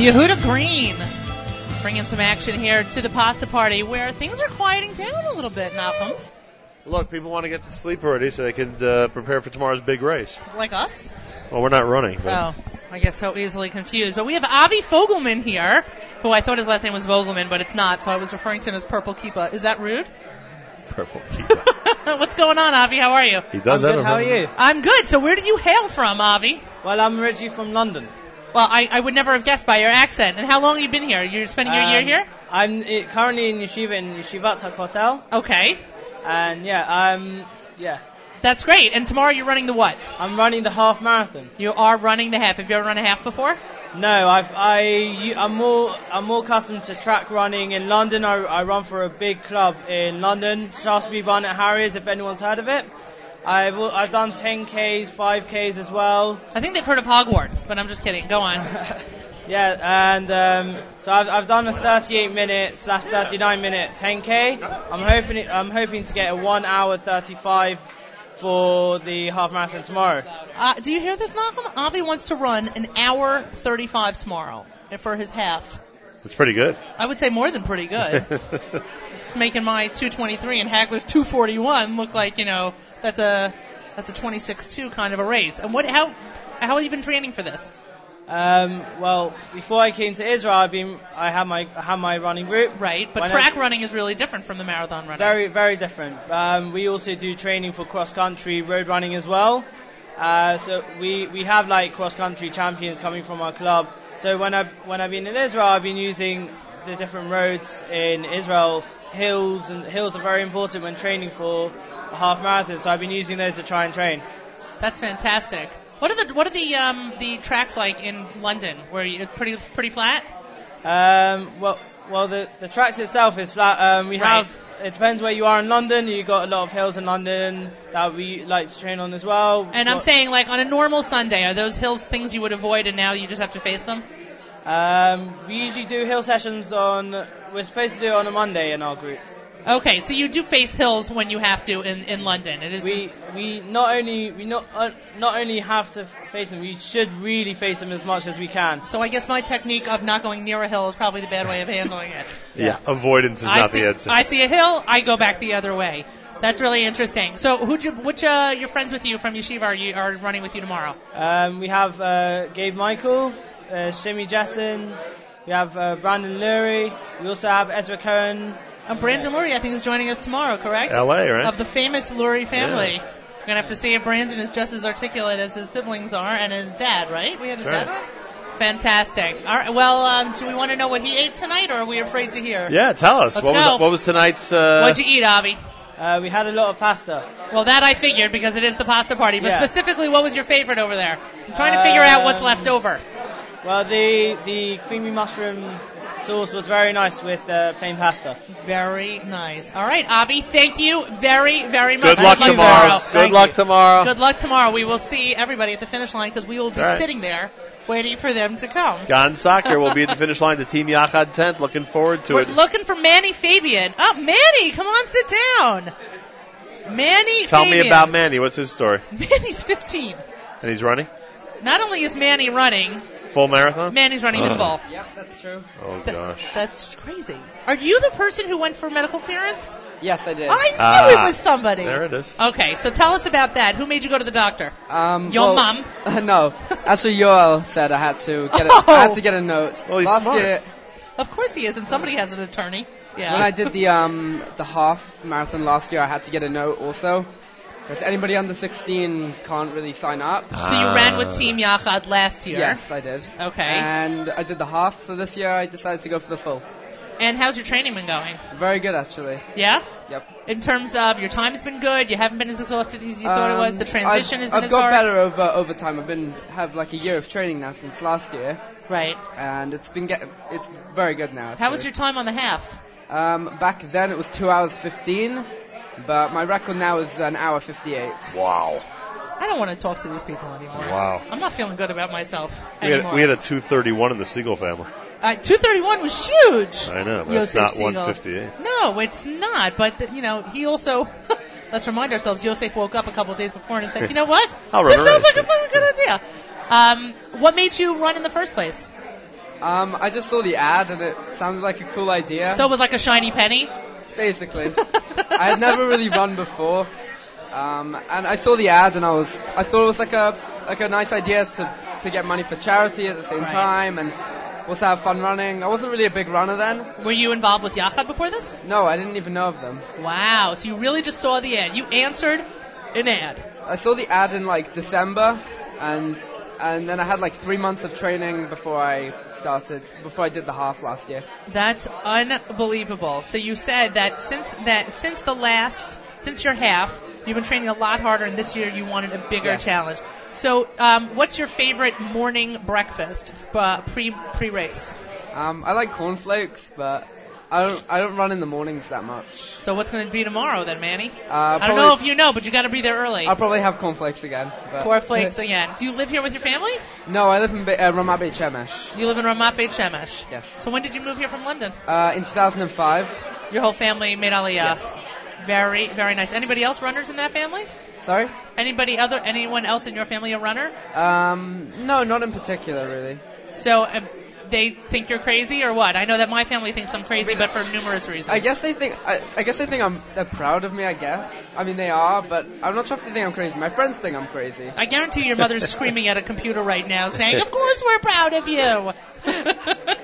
Yehuda Green bringing some action here to the pasta party where things are quieting down a little bit, Malcolm. Look, people want to get to sleep already so they can uh, prepare for tomorrow's big race. Like us. Well, we're not running. Oh, but- I get so easily confused. But we have Avi Fogelman here, who I thought his last name was Vogelman, but it's not, so I was referring to him as Purple Keepa. Is that rude? Purple. What's going on, Avi? How are you? He does I'm that. good. How are you? I'm good. So where did you hail from, Avi? Well, I'm Reggie from London. Well, I, I would never have guessed by your accent. And how long have you been here? You're spending your year Um, here? I'm i- currently in yeshiva in Yeshivat Tuck Hotel, Okay. and yeah, I'm yeah, That's great. And tomorrow you're running the what? I'm running the half marathon. You are running the half. Have you ever run a half before? uh, No, I've I you, I'm more I'm more accustomed to track running in London. I, I run for a big club in London, Shaftesbury Barnet Harriers, if anyone's heard of it. I've al- I've done 10ks, 5ks as well. I think they've heard of Hogwarts, but I'm just kidding. Go on. Yeah, and um, so I've, I've done a 38 minute slash 39 minute 10k. I'm hoping it, I'm hoping to get a one hour 35 for the half marathon tomorrow. Uh, do you hear this, Malcolm? Avi wants to run an hour 35 tomorrow for his half. It's pretty good. I would say more than pretty good. it's making my 223 and Hagler's 241 look like you know that's a that's a 26-2 kind of a race. And what how how have you been training for this? Um, well, before I came to Israel, I've been I had my I had my running group. Right, but When I- track running is really different from the marathon running. Very, very different. Um, we also do training for cross country road running as well. Uh, so we, we have like cross country champions coming from our club. So when I when I've been in Israel, I've been using the different roads in Israel. Hills and hills are very important when training for a half marathon. So I've been using those to try and train. That's fantastic. What are the what are the um, the tracks like in London? Where you it's pretty pretty flat? Um, well, well, the the tracks itself is flat. Um, we Right. have. It depends where you are in London. You got a lot of hills in London that we like to train on as well. And I'm What- saying like on a normal Sunday, are those hills things you would avoid and now you just have to face them? Um, we usually do hill sessions on. We're supposed to do it on a Monday in our group. Okay, so you do face hills when you have to in, in London. It is We we not only we not uh, not only have to face them, we should really face them as much as we can. So I guess my technique of not going near a hill is probably the bad way of handling it. Yeah. Avoidance is I not see, the answer. I see a hill, I go back the other way. That's really interesting. So who'd you, which uh, your friends with you from yeshiva are you are running with you tomorrow? Um, we have uh, Gabe Michael, uh, Shimmy Jessen, we have uh, Brandon Lurie, we also have Ezra Cohen. Uh, Brandon Lurie, I think, is joining us tomorrow, correct? L.A. Right? Of the famous Lurie family. We're gonna have to see if Brandon is just as articulate as his siblings are and his dad, right? We had his That's dad. right. on? Fantastic. All right. Well, um, do we want to know what he ate tonight, or are we afraid to hear? yeah. Tell us Let's what go. was what was tonight's. Uh, What'd you eat, Avi? Uh, we had a lot of pasta. Well, that I figured because it is the pasta party. But Yeah. specifically, what was your favorite over there? I'm trying to figure out what's Um, left over. Well, the the creamy mushroom sauce was very nice with uh, plain pasta. Very nice. All right, Avi, thank you very, very much. Good luck Thank you. tomorrow. Good Thank luck you. tomorrow. Good luck tomorrow. We will see everybody at the finish line because we will be All right. sitting there waiting for them to come. Gan Soccer will be at the finish line. The Team Yachad tent. Looking forward to We're it. looking for Manny Fabian. Oh, Manny, come on, sit down. Manny Tell Fabian. me about Manny. What's his story? Manny's 15. And he's running Not only is Manny running, full marathon. Manny's running the Ugh. full. Oh gosh. That's crazy. Are you the person who went for medical clearance? Yes, I did. I knew Ah. it was somebody. There it is. Okay, so tell us about that. Who made you go to the doctor? Um, Your well, mum? no, actually, Yoel said I had to get a, Oh. I had to get a note. Well, he's Last smart. year, Of course he is, and somebody has an attorney. Yeah. when I did the um the half marathon last year, I had to get a note also. Because anybody under 16 can't really sign up. so you ran Ah. with Team Yachad last year. Yes, I did. Okay. And I did the half, so this year I decided to go for the full. and how's your training been going? Very good, actually. Yeah? Yep. In terms of your time's been good, you haven't been as exhausted as you thought it was, the Um, transition I've, isn't I've as got hard. better over over time. I've been have like a year of training now since last year, Right. and it's been get it's very good now. How was actually. your time on the half? Um, back then it was two hours fifteen, but my record now is an hour fifty-eight. Wow. I don't want to talk to these people anymore. Wow. I'm not feeling good about myself We had, anymore. we had a 231 in the Siegel family. uh, 231 was huge. I know. That's Yosef not Siegel. 158. No, it's not. But th- you know, he also. let's remind ourselves. Yosef woke up a couple of days before and said, "You know what? I'll this remember sounds it." like a fucking good idea." Um, what made you run in the first place? Um, I just saw the ad and it sounded like a cool idea. So it was like a shiny penny. basically, I had never really run before, um, and I saw the ad and I was I thought it was like a like a nice idea to to get money for charity at the same Right. time and also have fun running. I wasn't really a big runner then. Were you involved with Yachad before this? No, I didn't even know of them. Wow. So you really just saw the ad. You answered an ad. I saw the ad in like December, and and then I had like three months of training before I started before I did the half last year. That's unbelievable. So you said that since that since the last since your half, you've been training a lot harder, and this year you wanted a bigger Yes. challenge. So, um, what's your favorite morning breakfast uh, pre pre race? Um, I like cornflakes, but I don't I don't run in the mornings that much. So what's going to be tomorrow then, Manny? Uh, I don't know if you know, but you got to be there early. I'll probably have cornflakes again. But Cornflakes uh, again. Do you live here with your family? No, I live in Ba- uh, Ramat Beit Shemesh. You live in Ramat Beit Shemesh. Yes. So when did you move here from London? Uh, in 2005. Your whole family made Aliyah. Very, very nice. Anybody else runners in that family? Sorry. Anybody other? Anyone else in your family a runner? Um, no, not in particular really. So um, they think you're crazy or what? I know that my family thinks I'm crazy, but for numerous reasons. I guess they think I, I guess they think I'm they're proud of me. I guess. I mean they are, but I'm not sure if they think I'm crazy. My friends think I'm crazy. I guarantee your mother's screaming at a computer right now, saying, "Of course we're proud of you."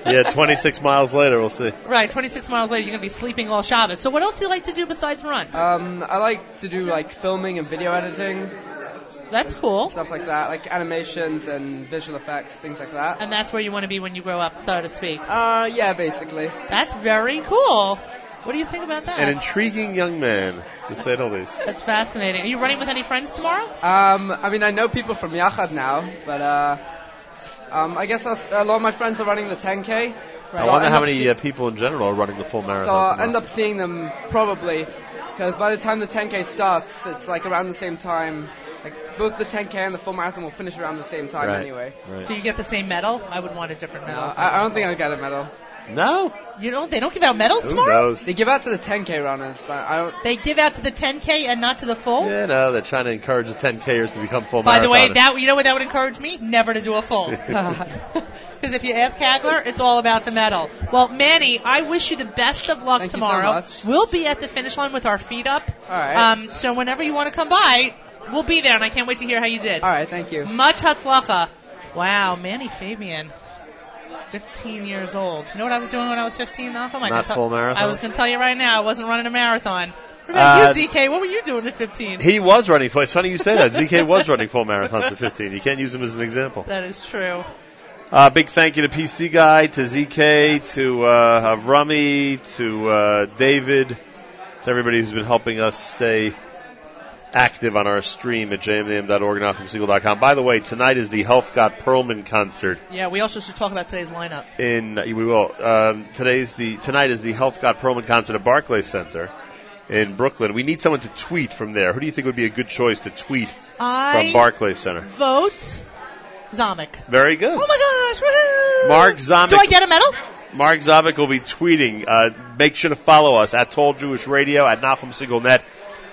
Yeah, 26 miles later, we'll see. Right, 26 miles later, you're gonna be sleeping all Shabbos. So what else do you like to do besides run? Um, I like to do like filming and video editing, That's cool. stuff like that, like animations and visual effects, things like that. And that's where you want to be when you grow up, so to speak. Uh, yeah, basically. That's very cool. What do you think about that? An intriguing young man, to say the least. That's fascinating. Are you running with any friends tomorrow? Um, I mean, I know people from Yachad now, but uh, um, I guess that's, a lot of my friends are running the 10k. so I I'll wonder end how up many see- uh, people in general are running the full so I'll marathon. end up seeing them probably, because by the time the 10k starts, it's like around the same time. Like both the 10k and the full marathon will finish around the same time Right. anyway. Right. Do you get the same medal? I would want a different medal. Uh, I, I don't think I'll get a medal. No? you don't? They don't give out medals Who tomorrow. knows? They give out to the 10k runners, but I don't. They give out to the 10k and not to the full. Yeah, no, they're trying to encourage the 10Kers to become full By the way, marathoners. that you know what that would encourage me? Never to do a full. Because if you ask Hagler, it's all about the medal. Well, Manny, I wish you the best of luck Thank you so tomorrow. much. We'll be at the finish line with our feet up. All right. Um, so whenever you want to come by, we'll be there, and I can't wait to hear how you did. All right, thank you. Much hatzlacha. Wow, Manny Fabian. 15 years old. You know what I was doing when I was 15, though? I Not could tell- full marathons? I was going to tell you right now, I wasn't running a marathon. What about Uh, you, ZK? What were you doing at 15? He was running full. It's funny you say that. ZK was running full marathons at 15. You can't use him as an example. That is true. Uh, big thank you to PC Guy, to ZK, to uh, Rummy, to uh, David, to everybody who's been helping us stay active on our stream at jmnam.org and outcomesingle.com. By the way, tonight is the Health Got Perlman concert Yeah, we also should talk about today's lineup. in we will um, today's the tonight is the Health Got Perlman concert at Barclays Center in Brooklyn. We need someone to tweet from there. Who do you think would be a good choice to tweet I from Barclays Center? vote Zamek. Very good. Oh my gosh! Woohoo! Mark Zamek. Do I get a medal? Mark Zabik will be tweeting. Uh, make sure to follow us at Tall Jewish Radio at Nahum Single.net.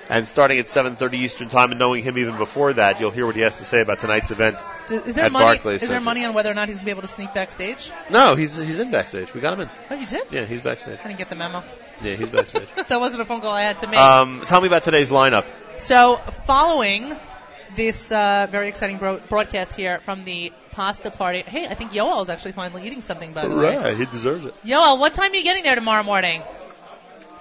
And starting at 7.30 Eastern Time and knowing him even before that, you'll hear what he has to say about tonight's event. D- Is there At money? Barclays is there Center. money on whether or not he's gonna be able to sneak backstage? No, he's he's in backstage. We got him in. Oh, you did? Yeah, he's backstage. I didn't get the memo. Yeah, he's backstage. that wasn't a phone call I had to make. um, tell me about today's lineup. So, following this uh, very exciting bro- broadcast here from the pasta party, hey, I think Yoel is actually finally eating something, by the way. he deserves it. Yoel, what time are you getting there tomorrow morning?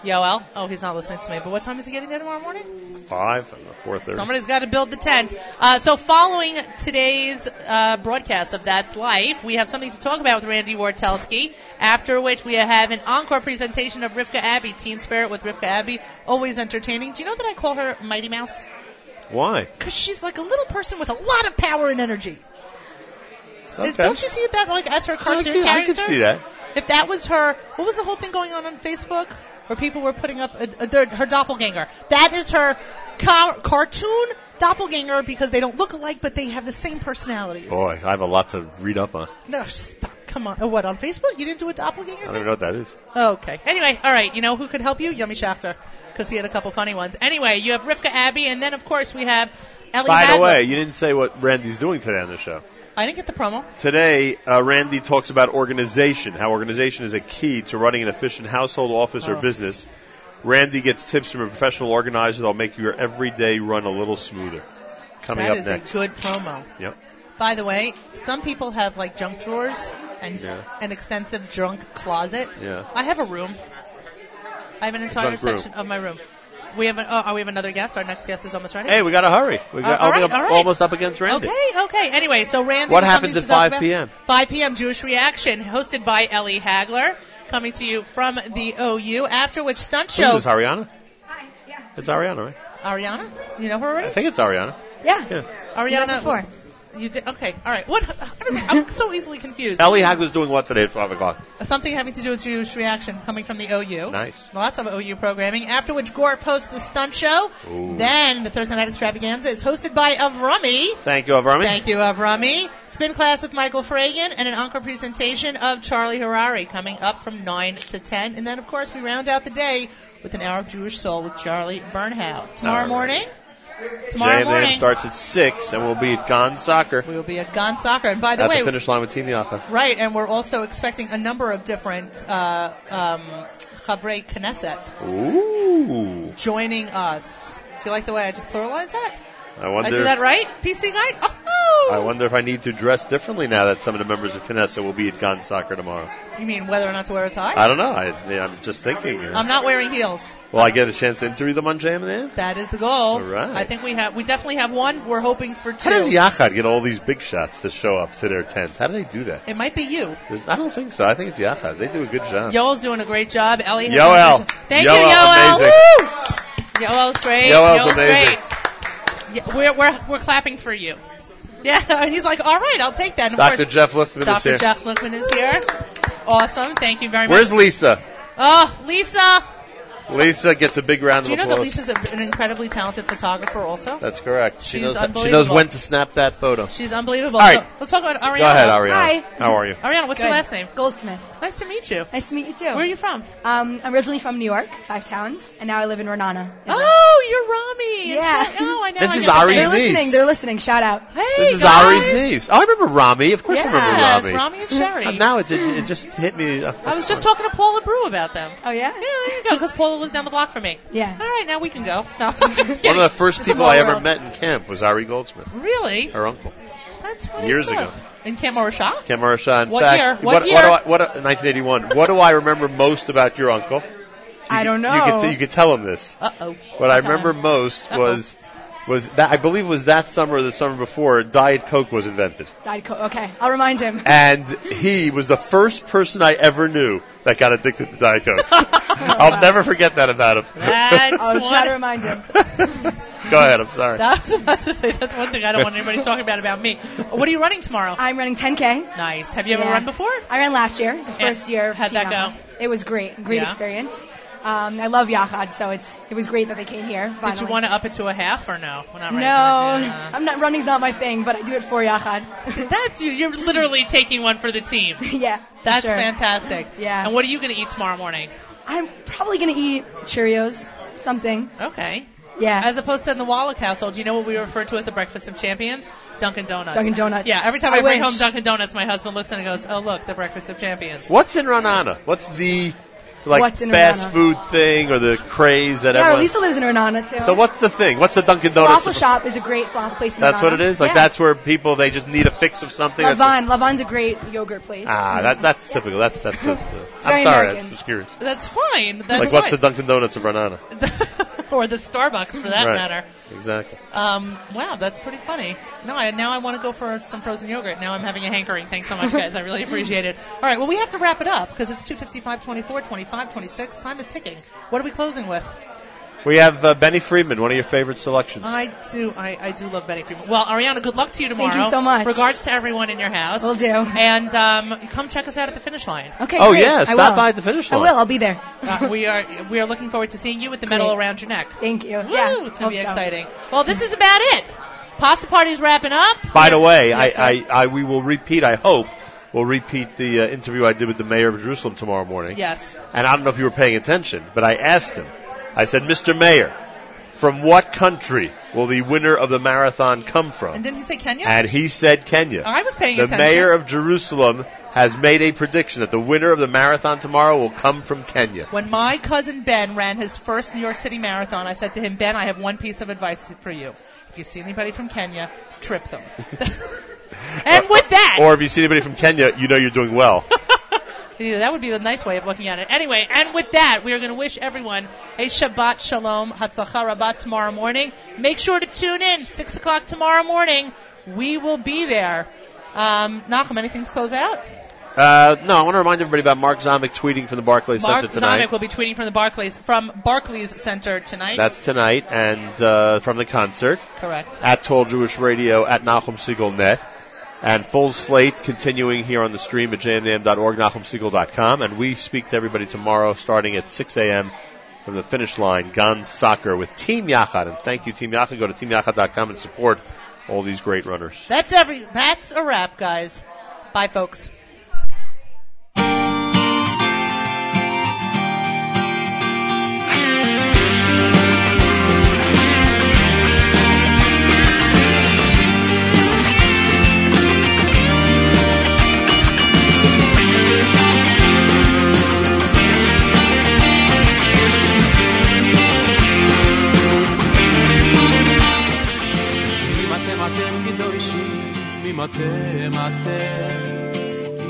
Yoel? Oh, he's not listening to me, but what time is he getting there tomorrow morning? Five, I don't know, 4.30. Somebody's got to build the tent. Uh, so, following today's uh, broadcast of That's Life, we have something to talk about with Randy Wartelski. After which, we have an encore presentation of Rivka Abbey, Teen Spirit with Rivka Abbey. Always entertaining. Do you know that I call her Mighty Mouse? Why? Because she's like a little person with a lot of power and energy. Okay. Don't you see it that like as her I, cartoon can, I character? can see that. If that was her, what was the whole thing going on on Facebook where people were putting up a, a, their, her doppelganger? That is her ca- cartoon doppelganger because they don't look alike, but they have the same personalities. Boy, I have a lot to read up on. No, stop. Come on. Oh, what on Facebook? You didn't do a doppelganger? I thing? don't even know what that is. Okay. Anyway, all right. You know who could help you? Yummy Shafter, because he had a couple funny ones. Anyway, you have Rivka Abbey, and then of course we have Ellie. By the Madler. way, you didn't say what Randy's doing today on the show. I didn't get the promo. Today, uh, Randy talks about organization, how organization is a key to running an efficient household, office, Oh. or business. Randy gets tips from a professional organizer that'll make your everyday run a little smoother. Coming That up is next. a good promo. Yep. By the way, some people have like junk drawers and Yeah. an extensive junk closet. Yeah. I have a room. I have an entire junk room. section of my room. We have an, oh, oh, we have another guest. Our next guest is almost ready. Hey, we got to hurry. We got Uh, all right, up, all right. almost up against Randy. Okay, okay. Anyway, so Randy. What something happens at to talk 5 about? p.m.? 5 p.m. Jewish Reaction, hosted by Ellie Hagler, coming to you from the OU. After which stunt Who's show. this, Ariana? It's Ariana, right? Ariana, you know her I already? think it's Ariana. Yeah. Yeah. Ariana. before. You did okay. All right. What? I don't know, I'm so easily confused. Ellie Hagler's doing what today at 5 o'clock? Something having to do with Jewish Reaction, coming from the OU. Nice. Lots of OU programming. After which Gore hosts the stunt show. Ooh. Then the Thursday night extravaganza is hosted by Avrami. Thank you, Avrami. Thank you, Avrami. Spin class with Michael Fragan and an encore presentation of Charlie Harari coming up from 9 to 10. And then, of course, we round out the day with an hour of Jewish soul with Charlie Bernhow. Tomorrow All right. morning, tomorrow Jam Jam morning, starts at 6, and we'll be at Gone Soccer we'll be at Gon Soccer. And by the at way, the finish line with Team Yafa. right, and we're also expecting a number of different uh, um, Chavrei Knesset Ooh. joining us. Do you like the way I just pluralized that? I I wonder, do that right, PC guy? Oh! I wonder if I need to dress differently now that some of the members of Knesset will be at Gone Soccer tomorrow. You mean whether or not to wear a tie? I don't know. I, I'm just thinking. here. I'm not wearing heels. Will I get a chance to interview them on Jam and Jam? That is the goal. All right. I think we have we definitely have one. We're hoping for two. How does Yachad get all these big shots to show up to their tent? How do they do that? it might be you. I don't think so. I think it's Yachad. They do a good job. Yoel's doing a great job. Ellie has Yoel. done a great job. Thank you, Yoel, Yoel. amazing. Woo! Yoel's great. Yoel's amazing. great. Yeah, we're, we're, we're clapping for you. Yeah, and he's like, all right, I'll take that. And of Dr. course, Jeff Lithman is Dr. here. Jeff Lickman is here. Awesome. Thank you very Where's much. Lisa? Oh, Lisa. Lisa gets a big round Do you of know applause. that Lisa's a, an incredibly talented photographer also? That's correct. She's She knows, she knows unbelievable. when to snap that photo. She's unbelievable. All right. So let's talk about Ariana. Go ahead, Ariana. Hi. How are you? Ariana, what's your Good. last name? Goldsmith. Nice to meet you. Nice to meet you too. Where are you from? Um, I'm originally from New York, Five Towns, and now I live in Renana. Oh, you're Rami. Yeah. And she- oh, I know. This I is know. Ari's They're niece. listening. They're listening. Shout out. Hey, This is guys. Ari's niece. Oh, I remember Rami. Of course, I Yes, remember Rami. Rami and Sherry. Uh, Now it, it, it just hit me. I was just talking to Paula Brew about them. Oh yeah. Yeah, there you go, because Paula lives down the block from me. All Yeah. right, now we can go. No, I'm just One kidding. of the first It's a people small I ever world. met in camp was Ari Goldsmith, really? her uncle, That's funny years stuff. ago. In Camp Marasha? Ken Marasha. In What fact, year? What What, year? do I, what, 1981. What do I remember most about your uncle? You I could- don't know. You could, t- you could tell him this. Uh-oh. What I remember most Uh-huh. Uh-oh. was was that I believe it was that summer or the summer before Diet Coke was invented, Diet Coke. Okay. I'll remind him. and he was the first person I ever knew that got addicted to Diet Coke. Oh, I'll never forget that about him. That's I'll try to one. remind him. Go ahead. I'm sorry. I was about to say that's one thing I don't want anybody talking about about me. What are you running tomorrow? I'm running 10K. Nice. Have you ever Yeah. run before? I ran last year, the first year. of how'd that Tiana. It was great. Great Yeah. experience. Um, I love Yachad, so it's it was great that they came here. Did you finally. want to up it to a half or no? Well, not No, right now. I'm not. Running's not my thing, but I do it for Yachad. That's you. You're literally taking one for the team. yeah. for That's sure. fantastic. Yeah. And what are you going to eat tomorrow morning? I'm probably gonna eat Cheerios, something. Okay. Yeah. As opposed to in the Wallach household, do you know what we refer to as the breakfast of champions? Dunkin' Donuts. Dunkin' Donuts. Yeah, every time I, I bring wish. home Dunkin' Donuts, my husband looks and goes, "Oh, look, the breakfast of champions." What's in Ranana? What's the like What's in fast Ranana? food thing or the craze that yeah, everyone? Lisa lives in Renana too. so what's the thing? What's the Dunkin' Donuts? Waffle shop is a great falafel place. In That's what Renana. it is. Like yeah. that's where people they just need a fix of something. That's what- Lavan. Lavan's a great yogurt place. ah, that, that's typical. That's that's. What, uh, I'm very sorry. I American. was just curious. That's fine. like That's what's the fine. Dunkin' Donuts of Ranana? or the Starbucks for that Right. matter. Exactly. Um, wow, that's pretty funny. No, I, now I want to go for some frozen yogurt. Now I'm having a hankering. Thanks so much, guys. I really appreciate it. All right, well, we have to wrap it up because it's 2:55, 24, 25, 26. Time is ticking. What are we closing with? We have uh, Benny Friedman, one of your favorite selections. I do. I, I do love Benny Friedman. Well, Ariana, good luck to you tomorrow. Thank you so much. Regards to everyone in your house. Will do. And um, come check us out at the finish line. Okay. oh great. yeah, I stop will. by at the finish I line. will. I'll be there. Uh, we are we are looking forward to seeing you with the medal Great. around your neck. Thank you. Woo, yeah. it's gonna be hope so. exciting. Well, this is about it. Pasta party's wrapping up. By the way, Oh, Yes, I, I, I we will repeat. I hope we'll repeat the uh, interview I did with the mayor of Jerusalem tomorrow morning. Yes. And I don't know if you were paying attention, but I asked him. I said, Mr. Mayor, From what country will the winner of the marathon come from? And didn't he say Kenya? And he said Kenya. I was paying the attention. mayor of Jerusalem has made a prediction that the winner of the marathon tomorrow will come from Kenya. When my cousin Ben ran his first New York City marathon, I said to him, Ben, I have one piece of advice for you. If you see anybody from Kenya, trip them. and with that, Or if you see anybody from Kenya, you know you're doing well. Yeah, that would be the nice way of looking at it. Anyway, and with that, we are going to wish everyone a Shabbat Shalom, Hatzlacha Rabbah tomorrow morning. Make sure to tune in, 6 o'clock tomorrow morning. We will be there. Um, Nachum, anything to close out? Uh, no, I want to remind everybody about Mark Zomick tweeting from the Barclays Mark Center tonight. Zomick will be tweeting from the Barclays, from Barclays Center tonight. That's tonight, and uh, from the concert. Correct. At Toll Jewish Radio, at Nahum Siegel Net. And full slate continuing here on the stream at jmnam.org, nahumsiegel.com. And we speak to everybody tomorrow starting at 6 a.m. from the finish line, Gans Soccer with Team Yachad. And thank you, Team Yachad. Go to teamyachad.com and support all these great runners. That's every. That's a wrap, guys. Bye, folks. אם אתם אתם קדושים, אם אתם אתם,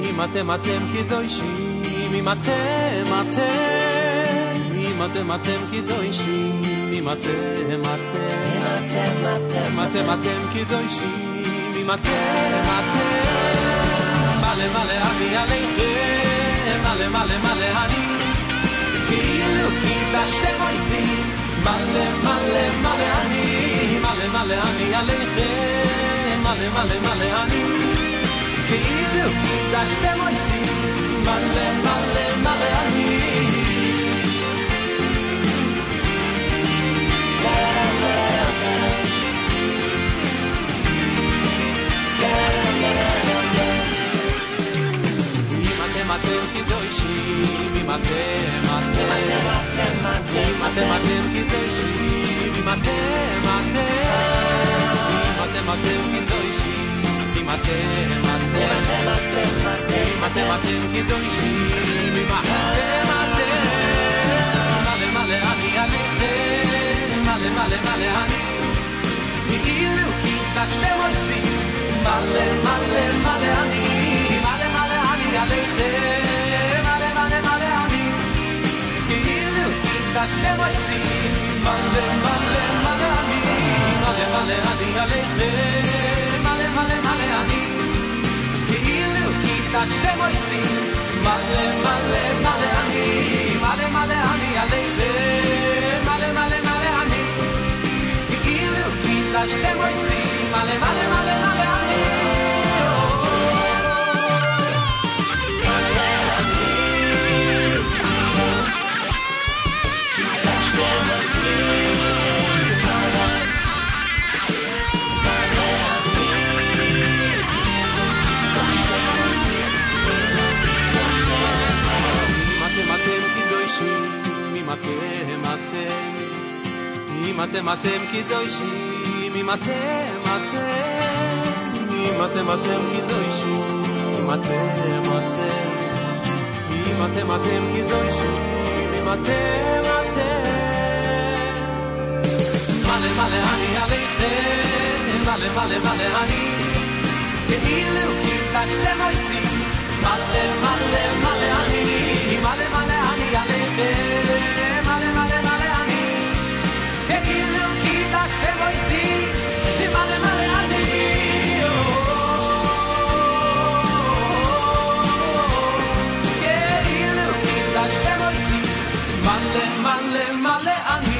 אם אתם אתם קדושים, אם אתם אתם, אם אתם אתם קדושים, אם אתם אתם, אם אתם אתם קדושים, אם אתם אתם, מלא מלא אני עליכם, מלא מלא מלא אני, כאילו כיבשתם עושים. מלא מלא מלא אני, מלא מלא אני עליכם, מלא מלא מלא אני, בדיוק דשתם עושים, מלא מלא מלא אני. אם אתם אתם קדושים, אם אתם אתם, אם אתם אתם קדושים, אם אתם אתם, אם אתם אתם קדושים, אם אתם אתם, אם אתם אתם קדושים, אם אתם אתם, מלא מלא אני עליכם, מלא מלא מלא אני, כאילו קידשתם עושים, מלא מלא מלא אני, מלא מלא אני עליכם, מלא מלא מלא אני, כאילו קידשתם עושים, מלא מלא מלא אני, מלא מלא אני עליכם, מלא מלא מלא אני, כאילו קידשתם עושים, מלא מלא מלא אני, מלא מלא אני עליכם, מלא מלא מלא אני, כאילו קידשתם עושים, מלא מלא מלא מלא אני. אם אתם קדושים, אם אתם אתם, אם אתם אתם קדושים, אם אתם אתם, אם אתם אתם קדושים, אם אתם אתם, אם אתם אתם קדושים, אם אתם אתם. מלא מלא אני עליכם, מלא מלא מלא אני, כאילו קידשתם עושים. מלא מלא מלא אני, מלא מלא אני עליכם, מלא מלא מלא אני, כאילו קידשתם עושים, מלא מלא אני. כאילו קידשתם עושים, מלא מלא מלא אני.